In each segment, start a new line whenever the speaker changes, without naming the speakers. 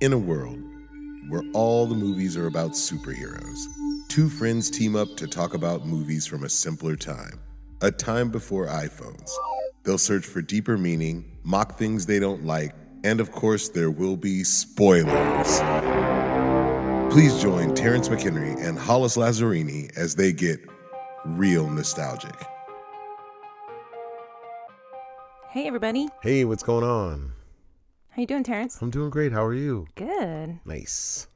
in a world where all the movies are about superheroes. Two friends team up to talk about movies from a simpler time, a time before iPhones. They'll search for deeper meaning, mock things they don't like, and of course, there will be spoilers. Please join Terrence McHenry and Hollis Lazzarini as they get real nostalgic.
Hey everybody.
Hey, what's going on?
How you doing, Terrence?
I'm doing great. How are you?
Good.
Nice.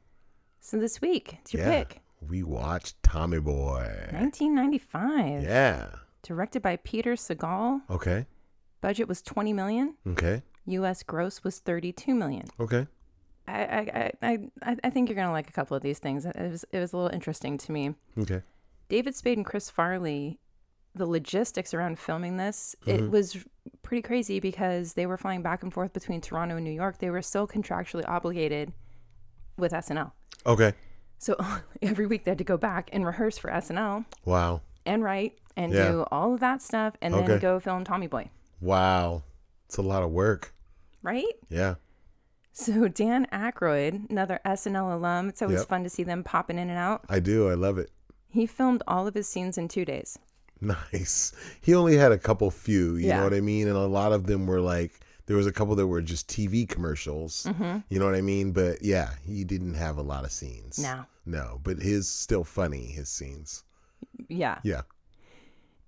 So this week, it's your pick.
We watched Tommy Boy.
1995.
Yeah.
Directed by Peter Segal.
Okay.
Budget was 20 million.
Okay.
US gross was 32 million.
Okay.
I I I I, I think you're going to like a couple of these things. It was it was a little interesting to me.
Okay.
David Spade and Chris Farley, the logistics around filming this, it was pretty crazy because they were flying back and forth between Toronto and New York. They were still contractually obligated with SNL.
Okay.
So every week they had to go back and rehearse for SNL
Wow.
and write and
Yeah.
do all of that stuff and
Okay.
then go film Tommy Boy,
Wow. It's a lot of work.
right?
Yeah.
So Dan Aykroyd, another SNL alum, it's always
Yep.
fun to see them popping in and out.
I do. I love it.
He filmed all of his scenes in two days.
Nice. He only had a couple few, you
Yeah.
know what I mean? And a lot of them were like there was a couple that were just TV commercials.
Mm-hmm.
You know what I mean? But yeah, he didn't have a lot of scenes.
No.
No, but his still funny, his scenes.
Yeah.
Yeah.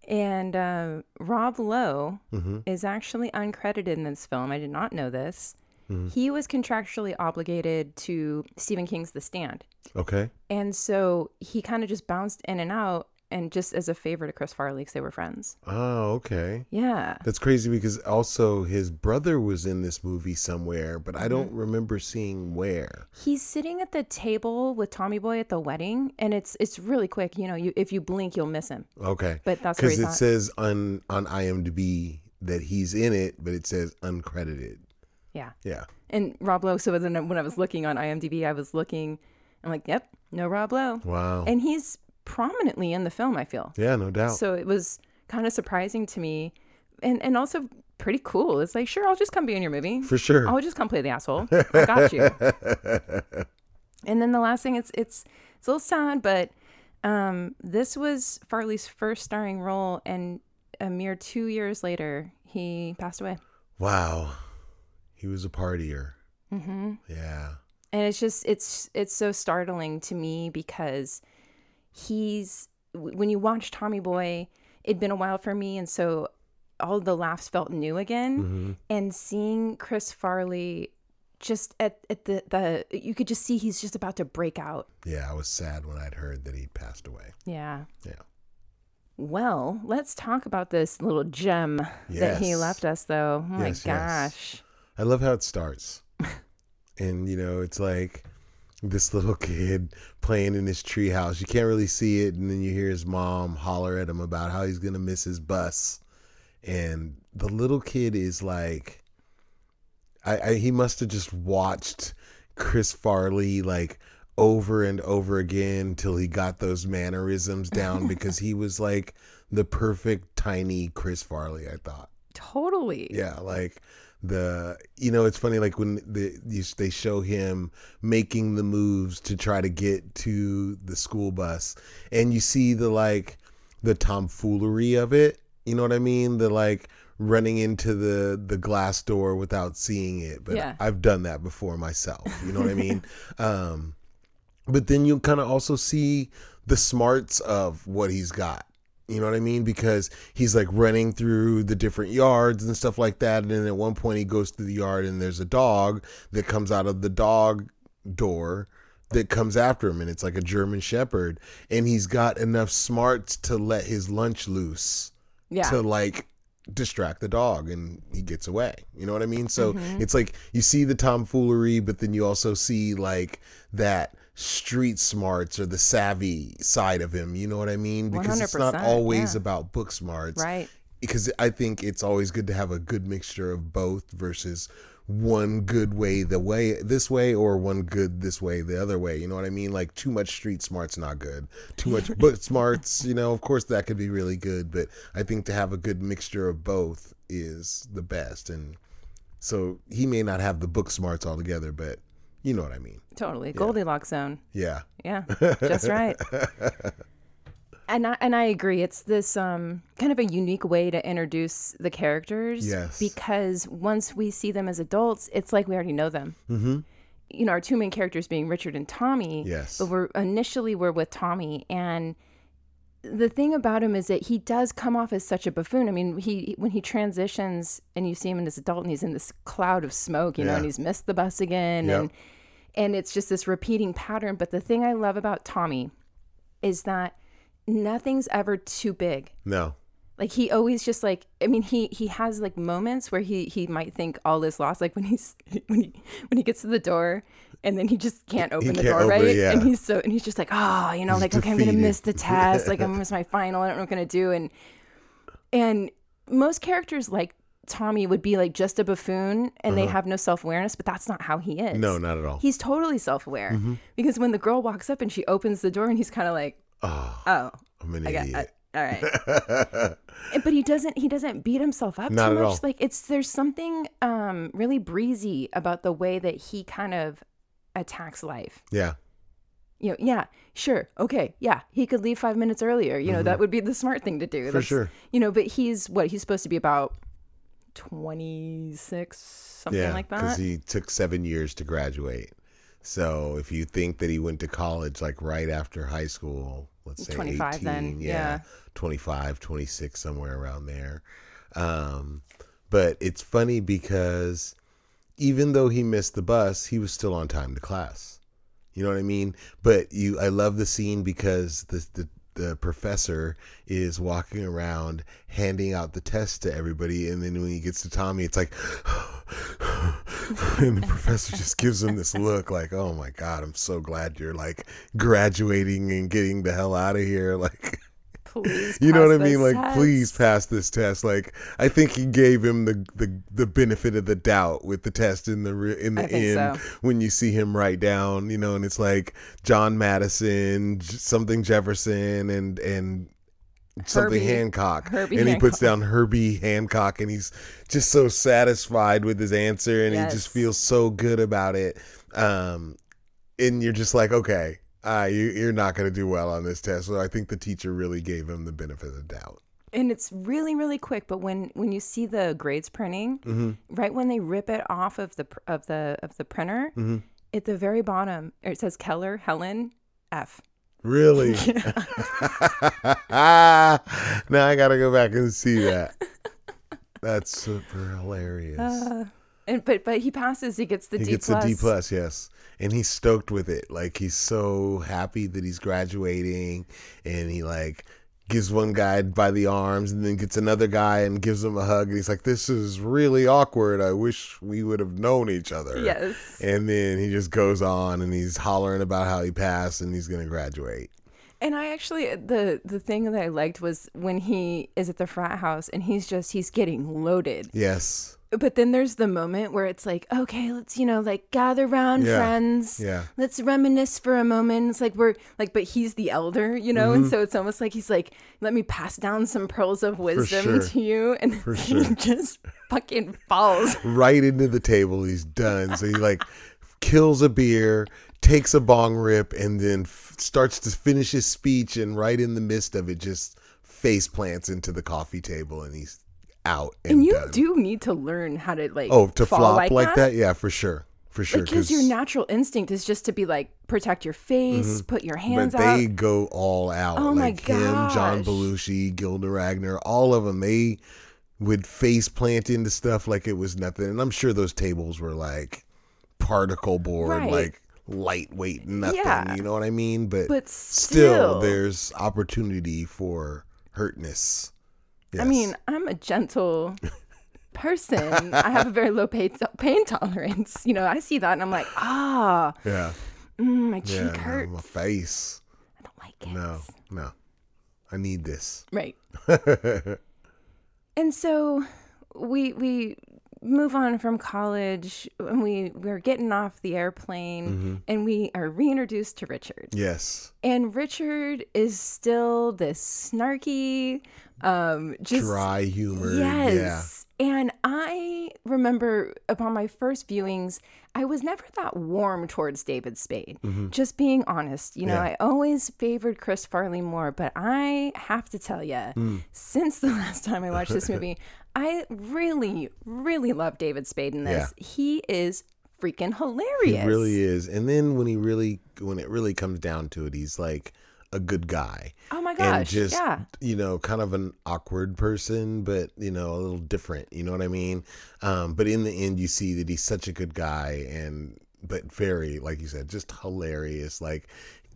And uh, Rob Lowe
Mhm.
is actually uncredited in this film. I did not know this.
Hmm.
He was contractually obligated to Stephen King's The Stand.
Okay.
And so he kind of just bounced in and out and just as a favor to Chris Farley because they were friends.
Oh, okay.
Yeah.
That's crazy because also his brother was in this movie somewhere, but I
Mm-hmm.
don't remember seeing where.
He's sitting at the table with Tommy Boy at the wedding, and it's it's really quick. You know, you if you blink, you'll miss him.
Okay.
But that's where
Because
he's
it
at.
says on on IMDb that he's in it, but it says uncredited.
Yeah.
Yeah.
And Rob Lowe. So then when I was looking on IMDb, I was looking. I'm like, yep, no Rob Lowe,
Wow.
and he's prominently in the film. I feel.
yeah, no doubt.
So it was kind of surprising to me, and and also pretty cool. It's like, sure, I'll just come be in your movie.
For sure.
I'll just come play the asshole. I got you. and then the last thing, it's it's it's a little sad, but um, this was Farley's first starring role, and a mere two years later, he passed away.
wow. He was a partier.
hmm
Yeah.
And it's just it's it's so startling to me because he's w- when you watch Tommy Boy, it'd been a while for me, and so all the laughs felt new again.
hmm
and seeing Chris Farley just at, at the, the you could just see he's just about to break out.
Yeah, I was sad when I'd heard that he'd passed away.
Yeah.
Yeah.
Well, let's talk about this little gem that he
Yes.
left us though. Oh my
Yes, yes.
gosh.
I love how it starts. and you know, it's like this little kid playing in his treehouse. You can't really see it, and then you hear his mom holler at him about how he's gonna miss his bus. And the little kid is like, I, I he must have just watched Chris Farley like over and over again till he got those mannerisms down because he was like the perfect tiny Chris Farley. I thought.
Totally.
Yeah, like the you know it's funny like when the you, they show him making the moves to try to get to the school bus, and you see the like the tomfoolery of it. You know what I mean? The like running into the the glass door without seeing it. But
Yeah.
I've done that before myself. You know what I mean? Um, but then you kind of also see the smarts of what he's got. You know what I mean? Because he's like running through the different yards and stuff like that. And then at one point, he goes through the yard and there's a dog that comes out of the dog door that comes after him. And it's like a German Shepherd. And he's got enough smarts to let his lunch loose
Yeah.
to like distract the dog and he gets away. You know what I mean? So
Mm-hmm.
it's like you see the tomfoolery, but then you also see like that street smarts or the savvy side of him. You know what I mean? Because it's not
100%,
always
yeah.
about book smarts.
right.
Because I think it's always good to have a good mixture of both versus one good way the way this way or one good this way the other way you know what i mean like too much street smarts not good too much book smarts you know of course that could be really good but i think to have a good mixture of both is the best and so he may not have the book smarts altogether but You know what I mean?
Totally. Goldilocks zone.
Yeah.
Yeah. Just right. And I, and I agree. It's this um, kind of a unique way to introduce the characters.
Yes.
Because once we see them as adults, it's like we already know them.
Mhm.
You know, our two main characters being Richard and Tommy.
Yes.
But we're initially we're with Tommy, and the thing about him is that he does come off as such a buffoon. I mean, he when he transitions and you see him in his adult, and he's in this cloud of smoke, you know,
Yeah.
and he's missed the bus again,
Yep.
and and it's just this repeating pattern. But the thing I love about Tommy is that nothing's ever too big.
No.
Like he always just like I mean he he has like moments where he he might think all is lost like when he's when he when he gets to the door and then he just can't open the
can't
door
open it,
right
yeah.
and he's so and he's just like oh you know like okay I'm gonna
defeated.
miss the test like I'm gonna miss my final I don't know what I'm gonna do and and most characters like Tommy would be like just a buffoon and they have no self awareness but that's not how he is
Uh-huh. No, Mm. not at all. Mm-hmm.
he's totally self aware because when the girl walks up and she opens the door and he's kind of like
oh,
oh
I'm an
I got I,
idiot.
all right but he doesn't he doesn't beat himself up
Not
too
at
much
all.
like it's there's something um really breezy about the way that he kind of attacks life
yeah.
you know yeah sure okay yeah he could leave five minutes earlier you know that would be the smart thing to do
Mm-hmm. For sure.
you know but he's what he's supposed to be about 26 something
Yeah.
like
Because
that
he took seven years to graduate. So if you think that he went to college like right after high school, let's say
25
18,
then, yeah.
25, 26, somewhere around there. Um, but it's funny because even though he missed the bus, he was still on time to class. You know what I mean? But you, I love the scene because the the, the professor is walking around handing out the test to everybody, and then when he gets to Tommy, it's like, and the professor just gives him this look like, "Oh my god, I'm so glad you're like graduating and getting the hell out of here!" Like.
please
You know
pass
what I
those
mean? Like, please
tests.
pass this test. Like, I think he gave him the the, the benefit of the doubt with the test in the re- in the
I think
end
so.
when you see him write down, you know, and it's like John Madison, J- something Jefferson, and and something
Herbie.
Hancock,
Herbie
and he puts
Hancock.
down Herbie Hancock, and he's just so satisfied with his answer, and he just
Yes.
feels so good about it. Um, and you're just like, okay, uh, you, you're not going to do well on this test. So I think the teacher really gave him the benefit of the doubt.
and it's really really quick but when when you see the grades printing right when they rip it off of the pr- of the of the printer
Mm-hmm.
at the very bottom it says keller helen f
Really? now I got to go back and see that. That's super hilarious.
Uh, and but but he passes he gets the
he
d
gets a D plus, yes, and he's stoked with it. Like he's so happy that he's graduating, and he like gives one guy by the arms, and then gets another guy and gives him a hug, and he's like, "This is really awkward. I wish we would have known each other."
yes
And then he just goes on and he's hollering about how he passed and he's gonna graduate.
and i actually the the thing that i liked was when he is at the frat house and he's just he's getting loaded
Yes,
but then there's the moment where it's like okay let's you know like gather round
Yeah.
friends
Yeah.
let's reminisce for a moment it's like we're like but he's the elder you know
Mm-hmm.
and so it's almost like he's like let me pass down some pearls of wisdom
sure.
to you and then he
sure.
just fucking falls
right into the table. He's done. So he like kills a beer, takes a bong rip, and then f- starts to finish his speech. And right in the midst of it, just face plants into the coffee table, and he's out and,
and you
done.
do need to learn how to like
oh, to
fall
flop like, that? Yeah, for sure, for sure.
because your natural instinct is just to be like protect your face put your hands
Mm-hmm. but
out
they go all out.
Oh my
like him, John
gosh.
Belushi, Gilda Ragnar, all of them. They would face plant into stuff like it was nothing. And I'm sure those tables were like particle board,
Right.
like lightweight, nothing.
Yeah.
You know what I mean? But,
but
still,
still,
there's opportunity for hurtness.
I
Yes.
mean, I'm a gentle person. I have a very low pain, pain tolerance. You know, I see that and I'm like, ah,
yeah,
mm, my cheek
yeah, no,
hurts.
my face.
I don't like it.
No, no, I need this.
Right. and so we we move on from college and we we're getting off the airplane and we are reintroduced to Richard.
Yes,
And Richard is still this snarky um just
dry humor.
Yes. And I remember upon my first viewings, I was never that warm towards David Spade. Just being honest, you know,
Mm-hmm. Yeah.
I always favored Chris Farley more, but I have to tell you,
Mm.
since the last time I watched this movie, I really, really love David Spade in this. He is freaking
He
hilarious.
really is. And then when he really when it really comes down to it, he's like a good guy.
Oh my
and
gosh.
just
yeah.
you know kind of an awkward person but you know a little different you know what i mean um but in the end you see that he's such a good guy and but very like you said just hilarious like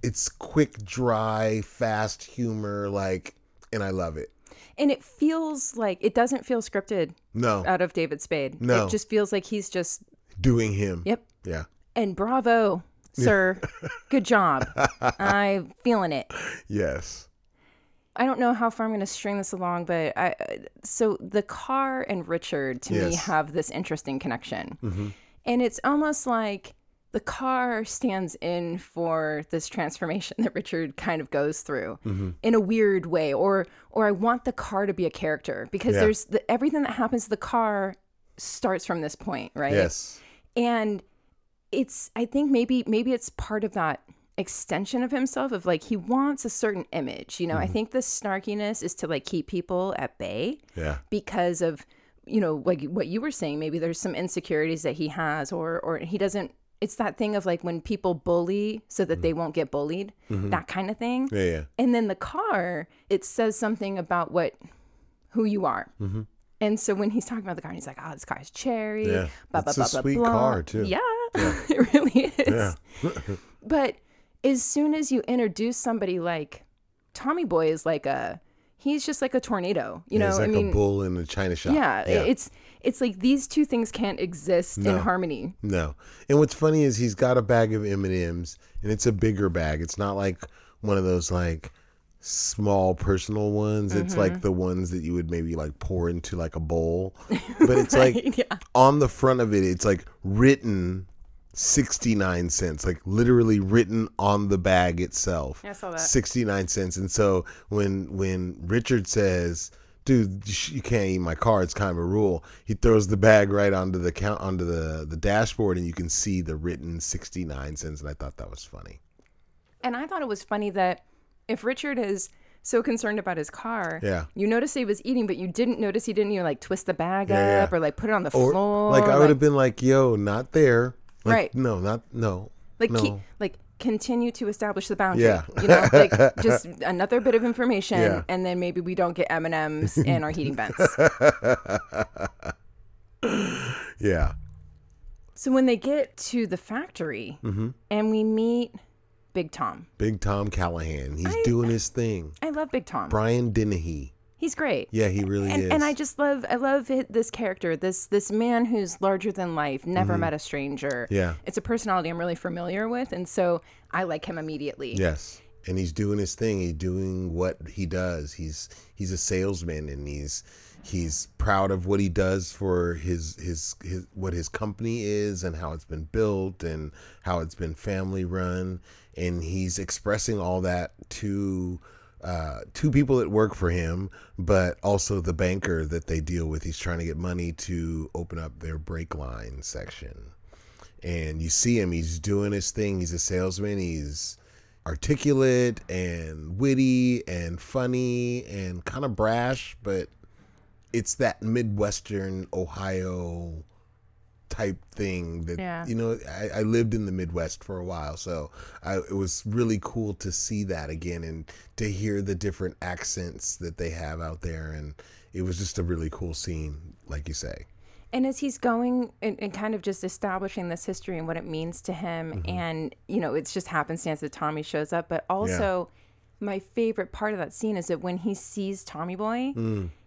it's quick dry fast humor like and i love it
And it feels like it doesn't feel scripted
no
out of David Spade.
No.
It just feels like he's just,
doing him
yep,
yeah
and bravo, sir. Good job. I'm feeling it.
yes
I don't know how far I'm going to string this along, but I so the car and Richard to me
Yes.
have this interesting connection.
Mm-hmm.
And it's almost like the car stands in for this transformation that Richard kind of goes through
Mm-hmm.
in a weird way or or I want the car to be a character because
Yeah.
there's the, everything that happens to the car starts from this point, right?
yes
and it's i think maybe maybe it's part of that extension of himself of like he wants a certain image you know i think the snarkiness is to like keep people at bay
yeah
because of you know like what you were saying maybe there's some insecurities that he has or or he doesn't it's that thing of like when people bully so that they won't get bullied that kind of thing
yeah yeah
and then the car, it says something about what who you are.
Mm-hmm.
And so when he's talking about the car, he's like, "Oh, this car's cherry."
Yeah.
blah,
It's
blah,
a
blah,
sweet
blah."
car, too.
Yeah, it really is.
yeah
But as soon as you introduce somebody like Tommy Boy is like a, he's just like a tornado. You know,
it's like
I mean,
a bull in a china shop
yeah, it's it's like these two things can't exist in harmony.
No. And what's funny is he's got a bag of M&Ms and it's a bigger bag. It's not like one of those like small personal ones. It's like the ones that you would maybe like pour into like a bowl. But it's like
yeah.
on the front of it it's like written 69 cents like literally written on the bag itself
I saw that.
69 cents and so when when richard says dude you sh- you can't eat my car it's kind of a rule he throws the bag right onto the count onto the the dashboard and you can see the written 69 cents and i thought that was funny
And I thought it was funny that if Richard is so concerned about his car,
Yeah.
you notice he was eating, but you didn't notice he didn't you know, like twist the bag
yeah.
up or like put it on the
or
floor.
like i would have been like yo not there like,
Right.
no not no
like
no.
keep, like continue to establish the boundary.
Yeah.
you know, like just another bit of information,
Yeah.
and then maybe we don't get M and M's in our heating vents.
yeah
So when they get to the factory
Mm-hmm.
and we meet Big Tom,
big tom callahan he's doing his thing
I love Big Tom.
brian dennehy
He's great.
Yeah, he really is.
and, and I just love I love hi- this character this this man who's larger than life never met a stranger
Mm-hmm. Yeah.
it's a personality I'm really familiar with and so I like him immediately
yes, and he's doing his thing. He's doing what he does. He's he's a salesman, and he's he's proud of what he does for his his his what his company is and how it's been built and how it's been family run, and he's expressing all that to. Uh, two people that work for him, but also the banker that they deal with. He's trying to get money to open up their brake line section. and you see him he's doing his thing he's a salesman he's articulate and witty and funny and kind of brash but it's that midwestern ohio type thing that
Yeah.
you know I, I lived in the midwest for a while so I, it was really cool to see that again and to hear the different accents that they have out there and it was just a really cool scene like you say
and as he's going and, and kind of just establishing this history and what it means to him
Mm-hmm.
and you know it's just happenstance that Tommy shows up but also my favorite part of that scene is that when he sees Tommy Boy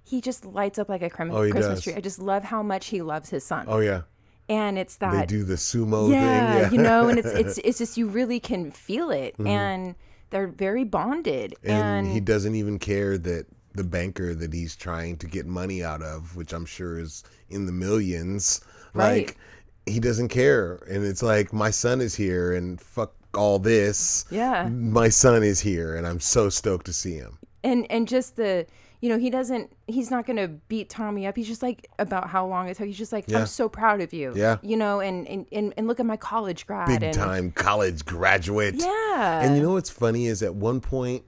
he just lights up like a Christmas,
Mm. Oh, he
Christmas
does.
tree I just love how much he loves his son
oh yeah
and it's that
they do the sumo
yeah,
thing yeah Mm-hmm.
you know, and it's it's it's just you really can feel it, and they're very bonded,
and,
and,
he doesn't even care that the banker that he's trying to get money out of, which I'm sure is in the millions,
Right.
like he doesn't care. And it's like my son is here and fuck all this.
Yeah.
My son is here and I'm so stoked to see him.
and and just the you know, he doesn't, he's not going to beat Tommy up. He's just like, about how long it took. He's just like,
Yeah.
I'm so proud of you.
Yeah.
You know, and, and, and, and look at my college grad.
Big
and,
time college graduate.
Yeah.
And you know what's funny is at one point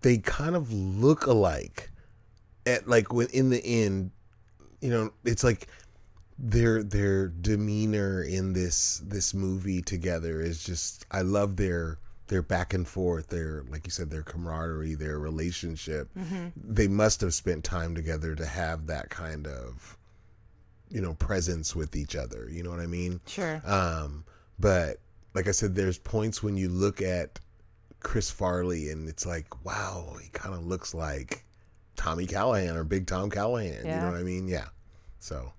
they kind of look alike. At like when in the end, you know, it's like their their demeanor in this this movie together is just I love their their back and forth, their like you said, their camaraderie, their relationship.
Mm-hmm.
They must have spent time together to have that kind of you know presence with each other. You know what I mean?
sure.
Um, but like I said, there's points when you look at Chris Farley and it's like, wow, he kind of looks like Tommy Callahan or Big Tom Callahan. You
Yeah.
know what I mean? Yeah. So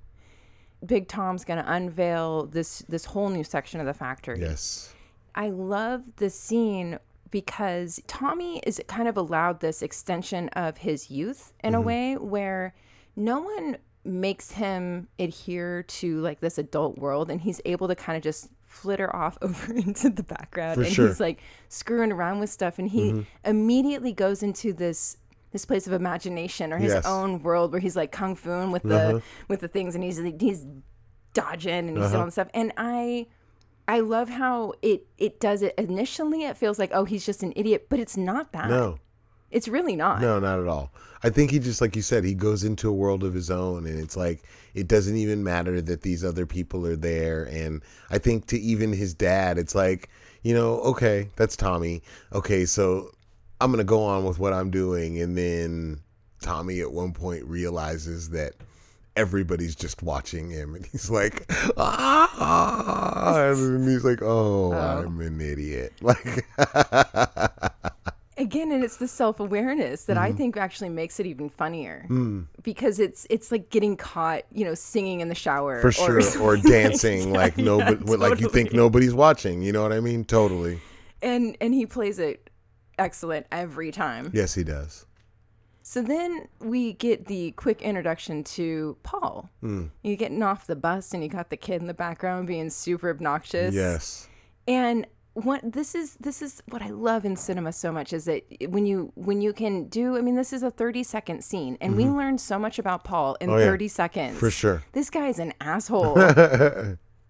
Big Tom's going to unveil this, this whole new section of the factory.
yes,
I love the scene because Tommy is kind of allowed this extension of his youth in
Mm-hmm.
a way where no one makes him adhere to like this adult world and he's able to kind of just flitter off over into the background
For
and
sure. Mm-hmm.
he's like screwing around with stuff and he immediately goes into this this place of imagination or his
Yes. Uh-huh.
own world where he's like kung fu with the with the things and he's he's dodging and he's doing all this stuff and I I love how it it does it initially it feels like oh he's just an idiot but it's not that
no,
it's really not
no, not at all. I think he just like you said, he goes into a world of his own, and it's like it doesn't even matter that these other people are there. And I think to even his dad, it's like you know, okay, that's Tommy. Okay, so I'm gonna go on with what I'm doing, and then Tommy at one point realizes that everybody's just watching him, and he's like, ah, and he's like, oh. I'm an idiot. Like,
again and it's the self-awareness that
Mm-hmm.
I think actually makes it even funnier
Mm.
because it's it's like getting caught you know singing in the shower
for sure or,
something like
dancing
that.
like
Yeah,
nobody like you think
totally.
nobody's watching you know what i mean totally
and and he plays it excellent every time
yes he does
So then we get the quick introduction to Paul.
Hmm.
You're getting off the bus, and you got the kid in the background being super obnoxious.
yes
And what this is this is what I love in cinema so much is that when you when you can do I mean this is a 30 second scene and we learned so much about Paul in
Mm-hmm. Oh, yeah.
30 seconds.
for sure
This guy is an asshole.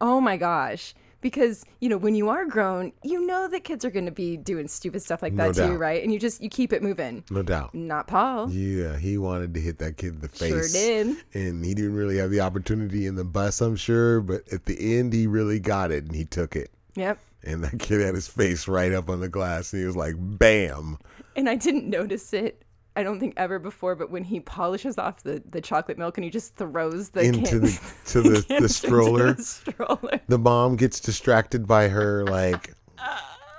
oh my gosh. Because, you know, when you are grown, you know that kids are going to be doing stupid stuff like
No
that too,
doubt.
right? And you just you keep it moving.
no doubt
Not Paul.
yeah he wanted to hit that kid in the face
Sure did.
and he didn't really have the opportunity in the bus i'm sure but at the end he really got it and he took it
Yep.
and that kid had his face right up on the glass and he was like bam
And I didn't notice it. I don't think ever before, but when he polishes off the, the chocolate milk and he just throws the
Into
can-
the- to the- the
canister into
stroller.
the stroller.
the mom gets distracted by her like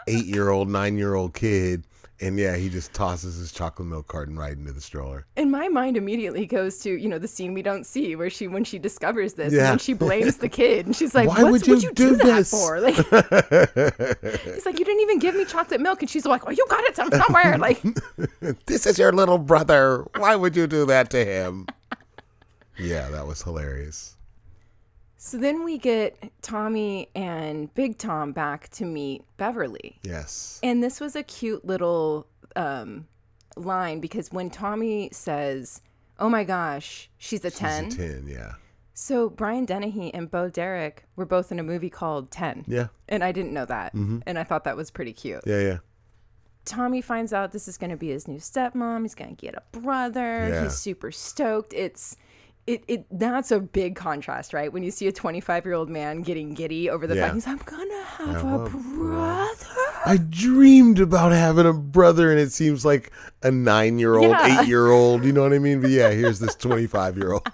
eight year old nine year old kid and yeah he just tosses his chocolate milk carton right into the stroller
And my mind immediately goes to you know the scene we don't see where she when she discovers this
Yeah.
and then she blames the kid and she's like,
Why
"What's-
would
would
you
you,
do
do,
this?"
that for?" Like, he's like, "You didn't even give me chocolate milk," and she's like, "Well, you got it from somewhere." Like,
This is your little brother. Why would you do that to him? yeah, that was hilarious.
so then we get Tommy and Big Tom back to meet Beverly.
Yes.
And this was a cute little um, line because when Tommy says, "Oh my gosh, she's a
She's a
10.
10, yeah.
so Brian Dennehy and Bo Derek were both in a movie called Ten,
Yeah. Mm-hmm.
and I didn't know that, and I thought that was pretty cute.
Yeah, yeah.
Tommy finds out this is going to be his new stepmom. He's going to get a brother.
Yeah.
He's super stoked. It's it, it that's a big contrast, right? When you see a 25 year old man getting giddy over the
Yeah.
fact he's I'm gonna have
Have a
a brother.
I dreamed about having a brother, and it seems like a nine year old,
Yeah.
eight year old. You know what I mean? But yeah, here's this 25 year old.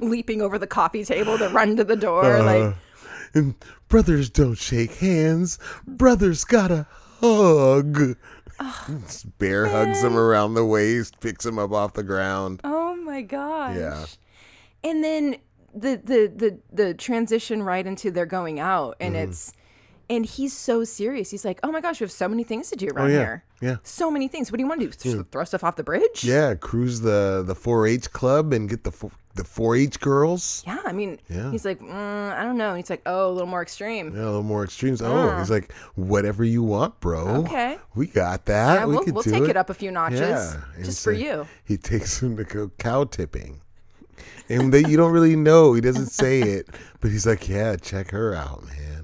leaping over the coffee table to run to the door.
Uh-huh.
like,
Uh, And brothers don't shake hands, brothers gotta hug. Just Bear hugs him around the waist, picks him up off the ground.
oh my gosh.
Yeah. Mm-hmm.
And then the the the the transition right into they're going out and it's And he's so serious. He's like, "Oh my gosh, we have so many things to do around
Oh, yeah.
here.
Yeah.
so many things. What do you want to do? Th- Throw stuff off the bridge?
Yeah, cruise the the 4-H club and get the fo- the 4-H girls.
Yeah, I mean,
Yeah.
he's like, mm, I don't know. And he's like, oh, a little more extreme.
Yeah, a little more extremes. Oh, he's like, whatever you want, bro.
Ah. Okay.
we got that. we
Yeah, Uh, we'll,
could
we'll
do
take it.
it
up a few notches
and
just
it's
for
like-
you.
He takes him to go cow tipping. And they, you don't really know. He doesn't say it, but he's like, yeah, check her out, man.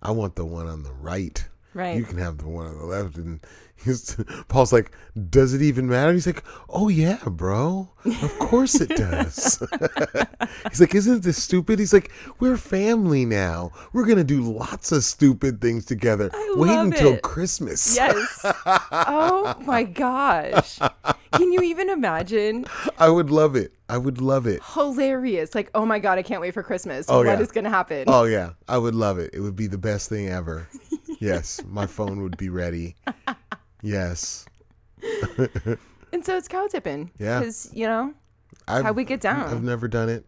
I want the one on the right.
Right.
You can have the one on the left. And he's, Paul's like, does it even matter? He's like, oh, yeah, bro. Of course it does. he's like, isn't this stupid? He's like, we're family now. We're going to do lots of stupid things together.
I
Wait
love
until
it.
Christmas.
Yes. oh my gosh. Can you even imagine?
I would love it. I would love it.
Hilarious. Like, oh my God, I can't wait for Christmas.
Oh,
What
yeah.
going to happen?
Oh yeah, I would love it. It would be the best thing ever. yes, my phone would be ready. Yes,
And so it's cow tipping.
Yeah.
Because, you know,
I've,
how we get down.
I've never done it.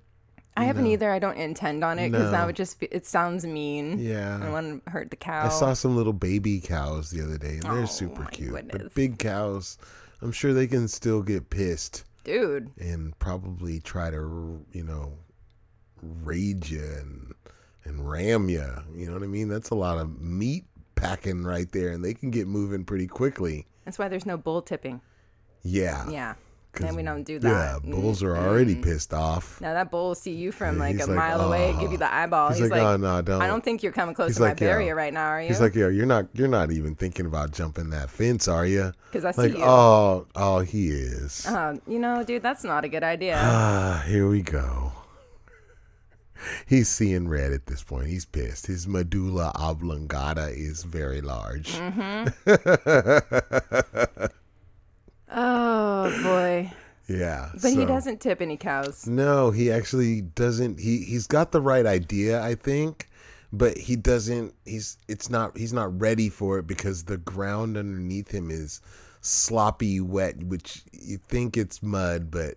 I haven't either. I don't intend on it because
No.
that would just be, it sounds mean.
Yeah.
I don't want to hurt the cow.
I saw some little baby cows the other day, and they're super
Oh, my
cute.
goodness.
But big cows, I'm sure they can still get pissed
Dude.
and probably try to, you know, rage you and and ram you. You know what I mean? That's a lot of meat packing right there, and they can get moving pretty quickly.
That's why there's no bull tipping.
Yeah.
Yeah.
'cause-
And we don't do
Yeah,
that. Mm-hmm.
bulls are already pissed off.
Now that bull will see you from
Yeah,
like
he's
a
like,
mile away,
"Oh."
give you the eyeball.
He's
He's,
like,
like,
"Oh, no, don't."
I don't think you're coming close
He's
to
like,
my
"Yo."
barrier right now, are you?
He's like, yo, you're not, you're not even thinking about jumping that fence, are you?
'Cause I see
like,
you.
oh, oh, he is.
Um, you know, dude, that's not a good idea.
Ah, here we go. He's seeing red at this point. He's pissed. His medulla oblongata is very large.
Mm-hmm. oh boy.
Yeah,
But he
so-
doesn't tip any cows.
No, he actually doesn't. He he's got the right idea, I think, but he doesn't. He's it's not. He's not ready for it because the ground underneath him is sloppy wet, which you think it's mud, but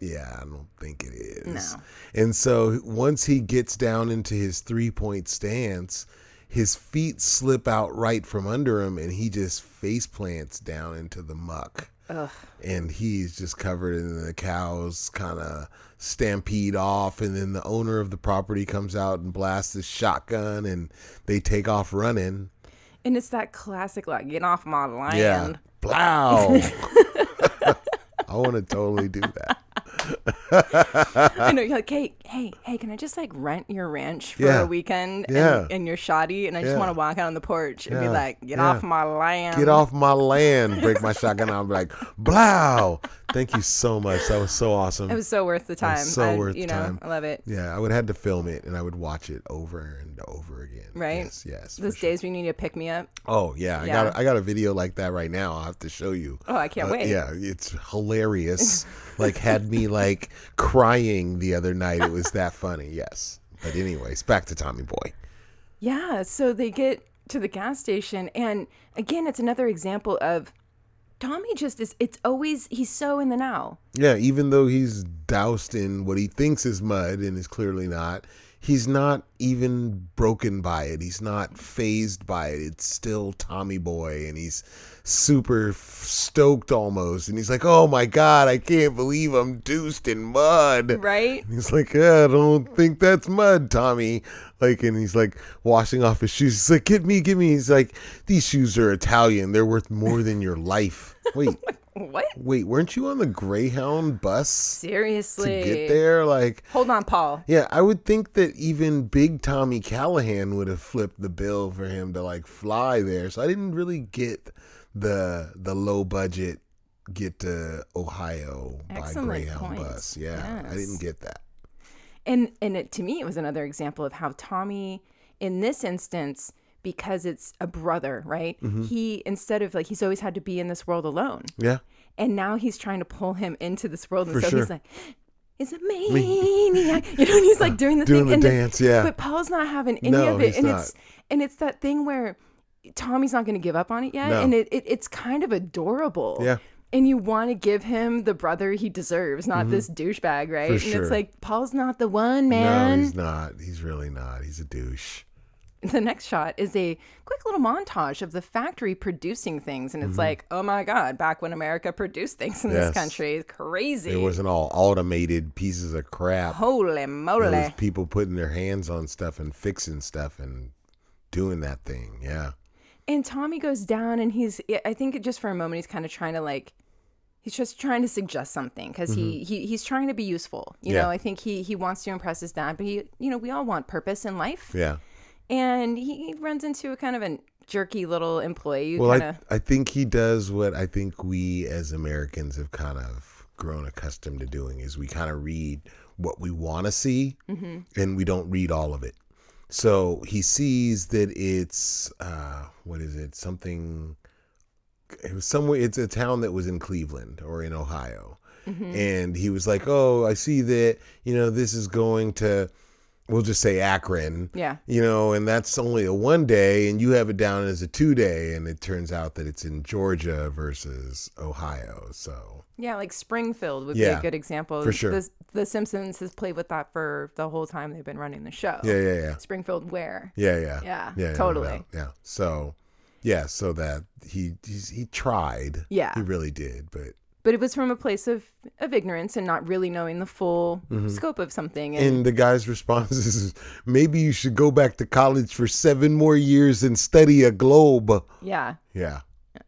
yeah, I don't think it is.
No.
And so once he gets down into his three point stance, his feet slip out right from under him, and he just face plants down into the muck
Ugh.
and he's just covered in the cows kind of stampede off and then the owner of the property comes out and blasts his shotgun and they take off running
And it's that classic like get off my land.
yeah blow i want to totally do that
I know you're like, hey, hey, hey, can I just like rent your ranch for
Yeah.
a weekend
Yeah.
and, and you're shoddy and I just
Yeah.
want to walk out on the porch and be
Yeah.
like, get
Yeah.
off my land.
get off my land break my shotgun i'll be like blow thank you so much that was so awesome
It was so worth the time.
so
I,
worth
you
the
know,
time.
I love it.
yeah i would have had to film it and i would watch it over and over again
Right?
yes yes for
Those
sure.
days we need to pick me up.
oh yeah,
Yeah.
i got a, i got a video like that right now i'll have to show you
Oh, I can't
Uh,
wait.
Yeah, it's hilarious. like had me like crying the other night. It was that funny. Yes. But anyways, back to Tommy Boy.
Yeah, so they get to the gas station and again it's another example of Tommy just is it's always he's so in the now.
Yeah, even though he's doused in what he thinks is mud and is clearly not, he's not even broken by it. He's not phased by it. It's still Tommy Boy and he's super f- stoked almost and he's like, "Oh my god, I can't believe I'm doused in mud."
Right?
And He's like, yeah, I don't think that's mud, Tommy. Like, and he's like washing off his shoes. He's like, get me, get me. He's like, these shoes are Italian. They're worth more than your life. Wait,
what?
wait, weren't you on the Greyhound bus to
Seriously.
Mm-hmm. get there? Like,
Hold on, Paul.
yeah, I would think that even big Tommy Callahan would have flipped the bill for him to like fly there. So I didn't really get the the low budget get to Ohio
Excellent
by Greyhound
point.
bus. Yeah, I
Yes.
didn't get that.
And and it, to me it was another example of how Tommy in this instance because it's a brother, right? He instead of like he's always had to be in this world alone.
Yeah.
and now he's trying to pull him into this world, and
For
so
sure.
he's like, "It's a maniac," you know, and he's like doing the
Doing
thing,
the
and
dance, yeah.
But Paul's not having any
No,
of it,
he's
and
not.
it's and it's that thing where Tommy's not going to give up on it yet,
No.
and it, it it's kind of adorable,
Yeah.
And you want to give him the brother he deserves, not this douchebag, right? and
Mm-hmm. sure.
it's like Paul's not the one,
No,
man.
he's not. He's really not. He's a douche.
the next shot is a quick little montage of the factory producing things, and it's like, oh my god, back when America produced things in
Mm-hmm. Yes.
this country, crazy.
It wasn't all automated pieces of crap.
Holy
It
moly!
was people putting their hands on stuff and fixing stuff and doing that thing. Yeah.
And Tommy goes down, and he's. I think just for a moment, he's kind of trying to like. He's just trying to suggest something because he, he he's trying to be useful. You
Mm-hmm. Yeah.
know, I think he he wants to impress his dad, but he you know we all want purpose in life,
Yeah.
and he, he runs into a kind of a jerky little employee. who
Well,
kinda-
I, I think he does what I think we as Americans have kind of grown accustomed to doing is we kind of read what we want to see and we don't read all of it. So he sees that it's uh, what is it? Something. It was somewhere. It's a town that was in Cleveland or in Ohio, and he was like, "Oh, I see that. You know, this is going to. We'll just say Akron
yeah,
you know, and that's only a one day, and you have it down as a two day, and it turns out that it's in Georgia versus Ohio. So
yeah, like Springfield would be
Yeah,
a good example.
for sure.
The, the Simpsons has played with that for the whole time they've been running the show.
yeah, yeah, yeah,
Springfield, where?
yeah, yeah,
Oh. Yeah,
yeah, no
totally.
doubt. yeah. So yeah, so that he he's, he tried,
Yeah.
he really did, but
But it was from a place of of ignorance and not really knowing the full scope of something. and-
and the guy's response is maybe you should go back to college for seven more years and study a globe.
yeah.
Yeah,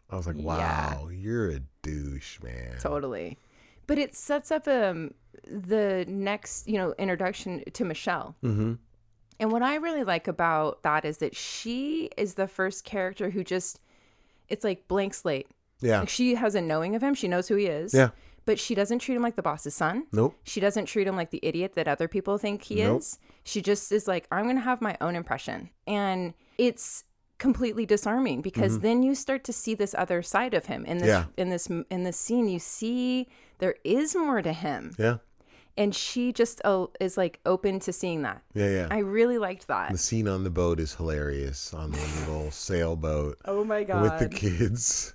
I was like,
Yeah.
wow, you're a douche, man.
Totally. But it sets up um the next, you know, introduction to Michelle. Mm-hmm. And what I really like about that is that she is the first character who just it's like blank slate.
Yeah,
Like she has a knowing of him, she knows who he is.
Yeah.
But she doesn't treat him like the boss's son.
nope.
She doesn't treat him like the idiot that other people think he
Nope.
is. She just is like, I'm going to have my own impression. And it's completely disarming because then you start to see this other side of him in this
Mm-hmm. Yeah.
in this in this scene you see there is more to him
Yeah,
and she just uh, is like open to seeing that
yeah, yeah.
i really liked that
The scene on the boat is hilarious on the little sailboat
oh my god
with the kids.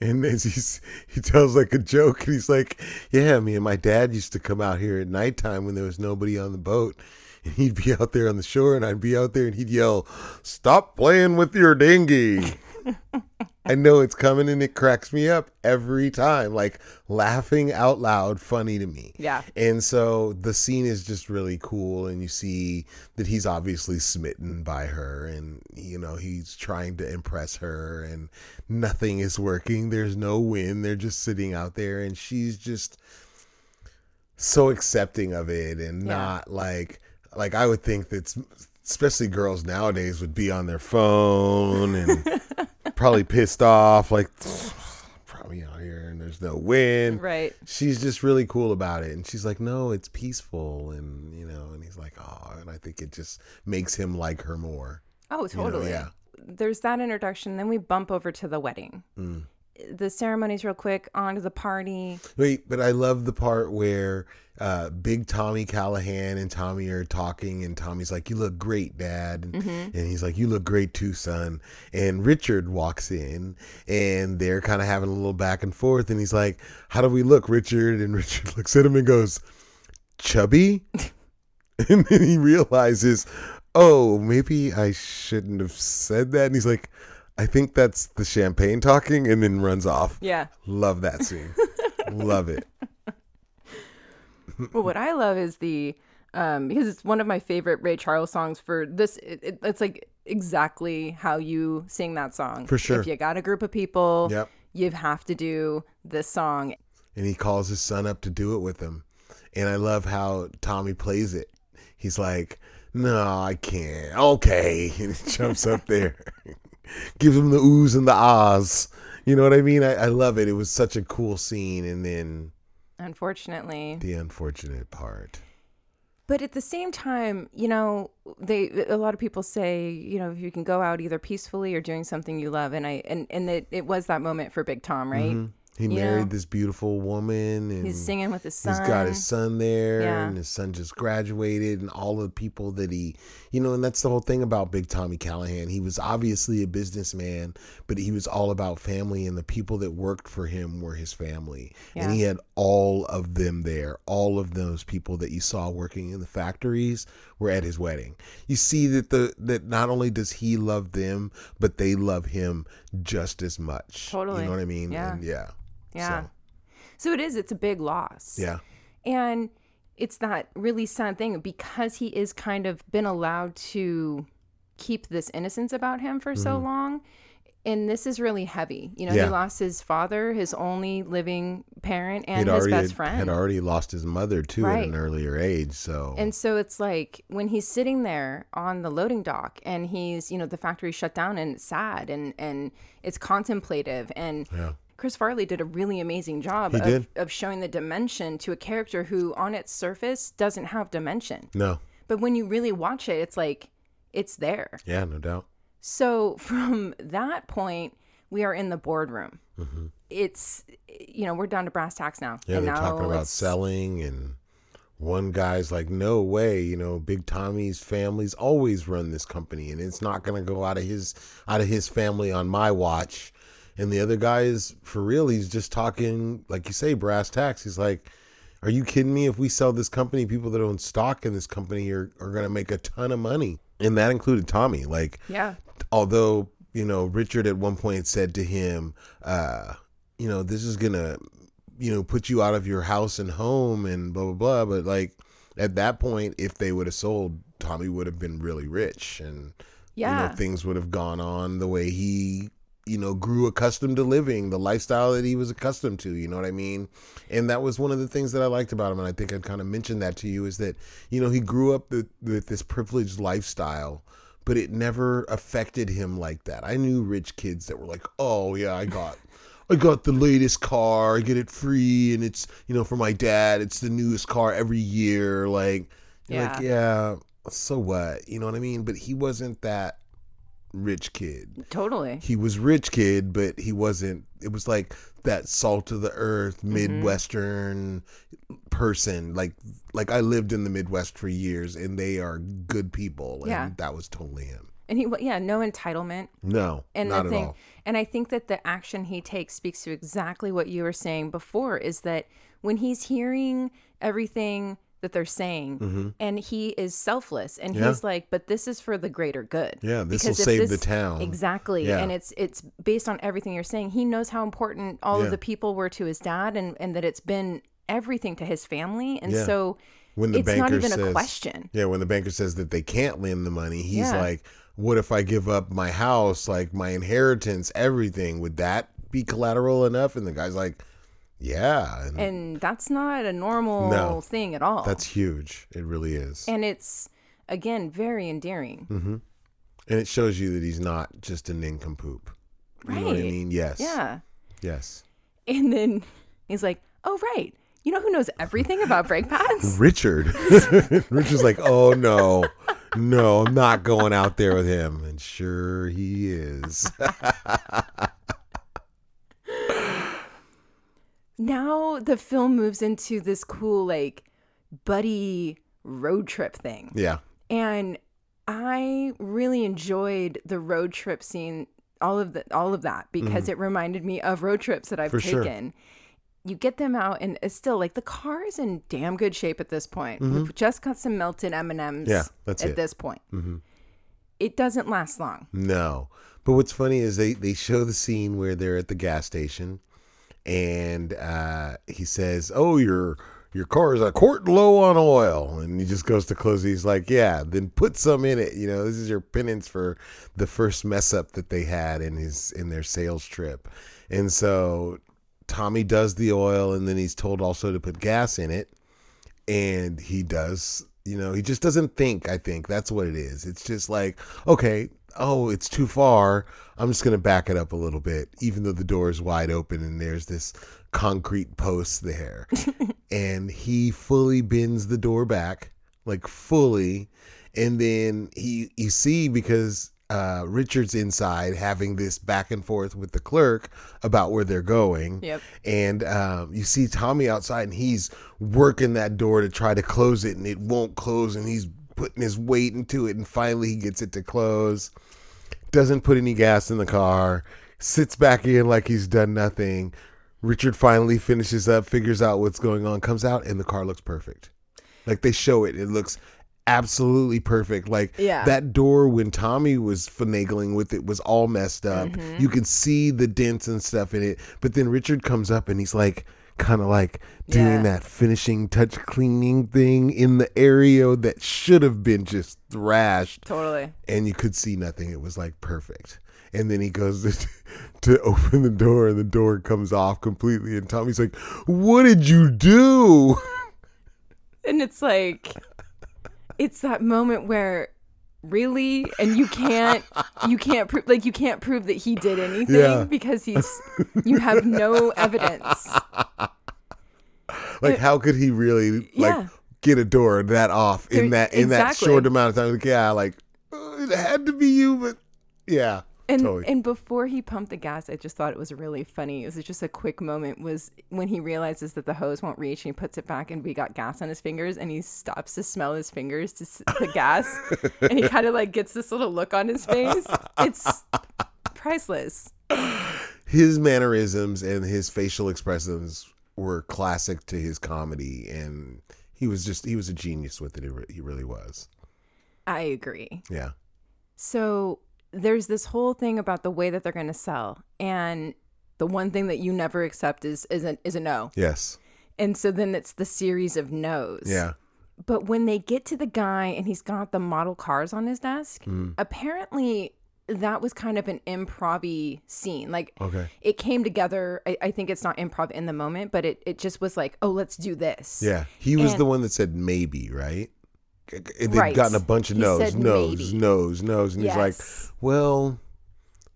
And as he's, he tells like a joke, and he's like, "Yeah, me and my dad used to come out here at nighttime when there was nobody on the boat, and he'd be out there on the shore, and I'd be out there, and he'd yell, "Stop playing with your dinghy." I know it's coming, and it cracks me up every time. Like laughing out loud, funny to me.
Yeah.
And so the scene is just really cool, and you see that he's obviously smitten by her, and you know he's trying to impress her, and nothing is working. There's no win. They're just sitting out there, and she's just so accepting of it, and
Yeah.
not like like I would think that's especially girls nowadays would be on their phone and probably pissed off, like probably out here, and there's no win,
right
she's just really cool about it and she's like no it's peaceful and you know and he's like oh and i think it just makes him like her more
oh
you know?
totally
yeah
there's that introduction then we bump over to the wedding
Mm.
the ceremony's real quick on to the party
wait but i love the part where uh, big tommy callahan and tommy are talking and tommy's like you look great dad and, and he's like you look great too son and richard walks in and they're kind of having a little back and forth and he's like how do we look richard and richard looks at him and goes chubby and then he realizes oh maybe i shouldn't have said that and he's like i think that's the champagne talking and then runs off
yeah
love that scene love it
Well, what I love is the um, because it's one of my favorite Ray Charles songs. For this, it, it, it's like exactly how you sing that song.
For sure.
If you got a group of people,
Yep.
you have to do this song.
and he calls his son up to do it with him and i love how tommy plays it he's like no i can't okay and he jumps up there gives him the oohs and the ahs you know what i mean I, I love it it was such a cool scene and then
Unfortunately,
the unfortunate part
but at the same time, you know, they a lot of people say, you know, if you can go out either peacefully or doing something you love, and I and and it, it was that moment for Big Tom, right?
He
You
married
know.
this beautiful woman, and
He's singing with his son.
Mm-hmm. He's got his son there,
Yeah.
and his son just graduated, and all the people that he, you know, and that's the whole thing about Big Tommy Callahan. He was obviously a businessman, but he was all about family, and the people that worked for him were his family. And
Yeah.
he had all of them there. All of those people that you saw working in the factories were at his wedding. You see that the that not only does he love them, but they love him just as much.
Totally.
You know what I mean?
Yeah.
And yeah.
yeah.
So,
so it is. It's a big loss.
yeah.
and it's that really sad thing because he is kind of been allowed to keep this innocence about him for so long and this is really heavy you know
Mm-hmm. Yeah.
he lost his father his only living parent and
He'd
his
already
best friend
had already lost his mother too at an
Right.
earlier age. So
and so it's like when he's sitting there on the loading dock and he's you know the factory shut down and it's sad and and it's contemplative and
yeah,
Chris Farley did a really amazing job
He did.
of, of showing the dimension to a character who, on its surface, doesn't have dimension.
no,
But when you really watch it, it's like it's there.
yeah, no doubt.
So from that point, we are in the boardroom. It's you know we're down to brass tacks now.
Mm-hmm. Yeah,
and
they're
now
talking about
it's-
selling, and one guy's like, "No way!" You know, Big Tommy's family's always run this company, and it's not going to go out of his out of his family on my watch. And the other guy is for real. He's just talking, like you say, brass tacks. He's like, "Are you kidding me? If we sell this company, people that own stock in this company are are going to make a ton of money." And that included Tommy. Like,
Yeah,
although you know richard at one point said to him uh you know this is gonna you know put you out of your house and home and blah blah blah but like at that point if they would have sold tommy would have been really rich and you
yeah,
know things would have gone on the way he you know grew accustomed to living the lifestyle that he was accustomed to you know what i mean and that was one of the things that i liked about him and i think i kind of mentioned that to you is that you know he grew up with, with this privileged lifestyle but it never affected him like that i knew rich kids that were like oh yeah i got I got the latest car, I get it free, and it's, you know, for my dad, it's the newest car every year. Like, you're like,
Yeah.
yeah, so what? You know what I mean? But he wasn't that rich kid.
totally.
He was rich kid, but he wasn't, it was like that salt of the earth, Midwestern person. Like, like I lived in the Midwest for years and they are good people. And
Yeah.
that was totally him.
And he yeah, no entitlement.
No,
And
not
I
at
think,
all.
and I think that the action he takes speaks to exactly what you were saying before. Is that when he's hearing everything that they're saying, and he is selfless, and
Mm-hmm. Yeah.
he's like, "But this is for the greater good."
Yeah, this will
Because if
save the town.
Exactly,
Um, Yeah.
and it's it's based on everything you're saying. He knows how important all
Yeah.
of the people were to his dad, and and that it's been everything to his family, and
Yeah.
so
when the
it's
banker
not even
says,
a question.
Yeah, when the banker says that they can't lend the money, he's
Yeah.
like, "What if I give up my house, like my inheritance, everything? Would that be collateral enough?" And the guy's like, "Yeah, and
And that's not a normal
No.
thing at all.
that's huge. It really is, and,
and it's again very endearing
it shows you that he's not just a nincompoop. You
right
know what I mean? Yes.
yeah
Yes.
and then he's like oh right you know who knows everything about brake pads
Richard. Richard's like, "Oh no." No, I'm not going out there with him. And sure he is.
now the film moves into this cool like buddy road trip thing
Yeah.
and i really enjoyed the road trip scene all of the all of that because it reminded me of road trips that i've
Mm-hmm. For sure.
taken you get them out and it's still like the car is in damn good shape at this point we've just got some melted m&ms
Mm-hmm. Yeah, that's it.
at
Mm-hmm.
this point it doesn't last long
No. But what's funny is they, they show the scene where they're at the gas station and uh, he says, Oh, your your car is a quart low on oil and he just goes to close it. he's like, Yeah, then put some in it. You know, this is your penance for the first mess up that they had in his in their sales trip. And so Tommy does the oil and then he's told also to put gas in it and he does you know he just doesn't think i think that's what it is it's just like okay oh it's too far i'm just going to back it up a little bit even though the door is wide open and there's this concrete post there and he fully bends the door back like fully and then he you see because uh, Richard's inside having this back and forth with the clerk about where they're going.
Yep.
And um, you see Tommy outside and he's working that door to try to close it and it won't close and he's putting his weight into it and finally he gets it to close. Doesn't put any gas in the car, sits back in like he's done nothing. Richard finally finishes up, figures out what's going on, comes out, and the car looks perfect. Like they show it, it looks absolutely perfect. Like
Yeah.
that door when Tommy was finagling with it was all messed up.
Mm-hmm.
You could see the dents and stuff in it. But then Richard comes up and he's like kind of like doing
Yeah.
that finishing touch cleaning thing in the area that should have been just thrashed
Totally.
and you could see nothing. It was like perfect. And then he goes to, to open the door, and the door comes off completely. And Tommy's like, "What did you do?"
And it's like, it's that moment where really and you can't you can't prove like you can't prove that he did anything
Yeah.
because he's you have no evidence
Like, how could he really
yeah.
like get a door that off
There-
in that in that
exactly.
short amount of time? Like, yeah, like uh, it had to be you, but yeah,
And
Totally.
and before he pumped the gas, I just thought it was really funny. It was just a quick moment was when he realizes that the hose won't reach and he puts it back and we got gas on his fingers and he stops to smell his fingers to s- the gas and he kind of like gets this little look on his face. It's priceless.
his mannerisms and his facial expressions were classic to his comedy, and he was just he was a genius with it. He re- He really was.
I agree.
Yeah.
So there's this whole thing about the way that they're going to sell and the one thing that you never accept is is a, is a no.
Yes.
And so then it's the series of no's.
Yeah.
But when they get to the guy and he's got the model cars on his desk,
Mm-hmm.
apparently that was kind of an improv scene. Like
Okay.
it came together. I, I think it's not improv in the moment, but it, it just was like, oh, let's do this.
Yeah, he was
And-
the one that said maybe, right? C- c- They'd
Right.
gotten a bunch of
He
no's,
said
no's,
maybe.
no's, no's, and he's
Yes.
like, "Well,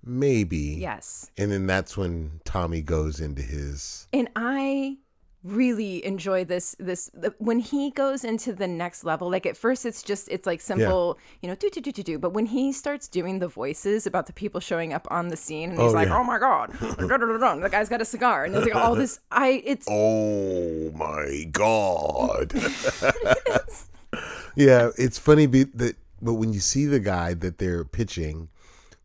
maybe."
Yes.
And then that's when Tommy goes into his.
And I really enjoy this this the, when he goes into the next level like at first it's just it's like simple you know do do do do do but when he starts doing the voices about the people showing up on the scene and he's
Oh,
like
yeah.
oh my god the guy's got a cigar and there's like all this i it's
Oh my god! yeah, it's funny be- that, but when you see the guy that they're pitching,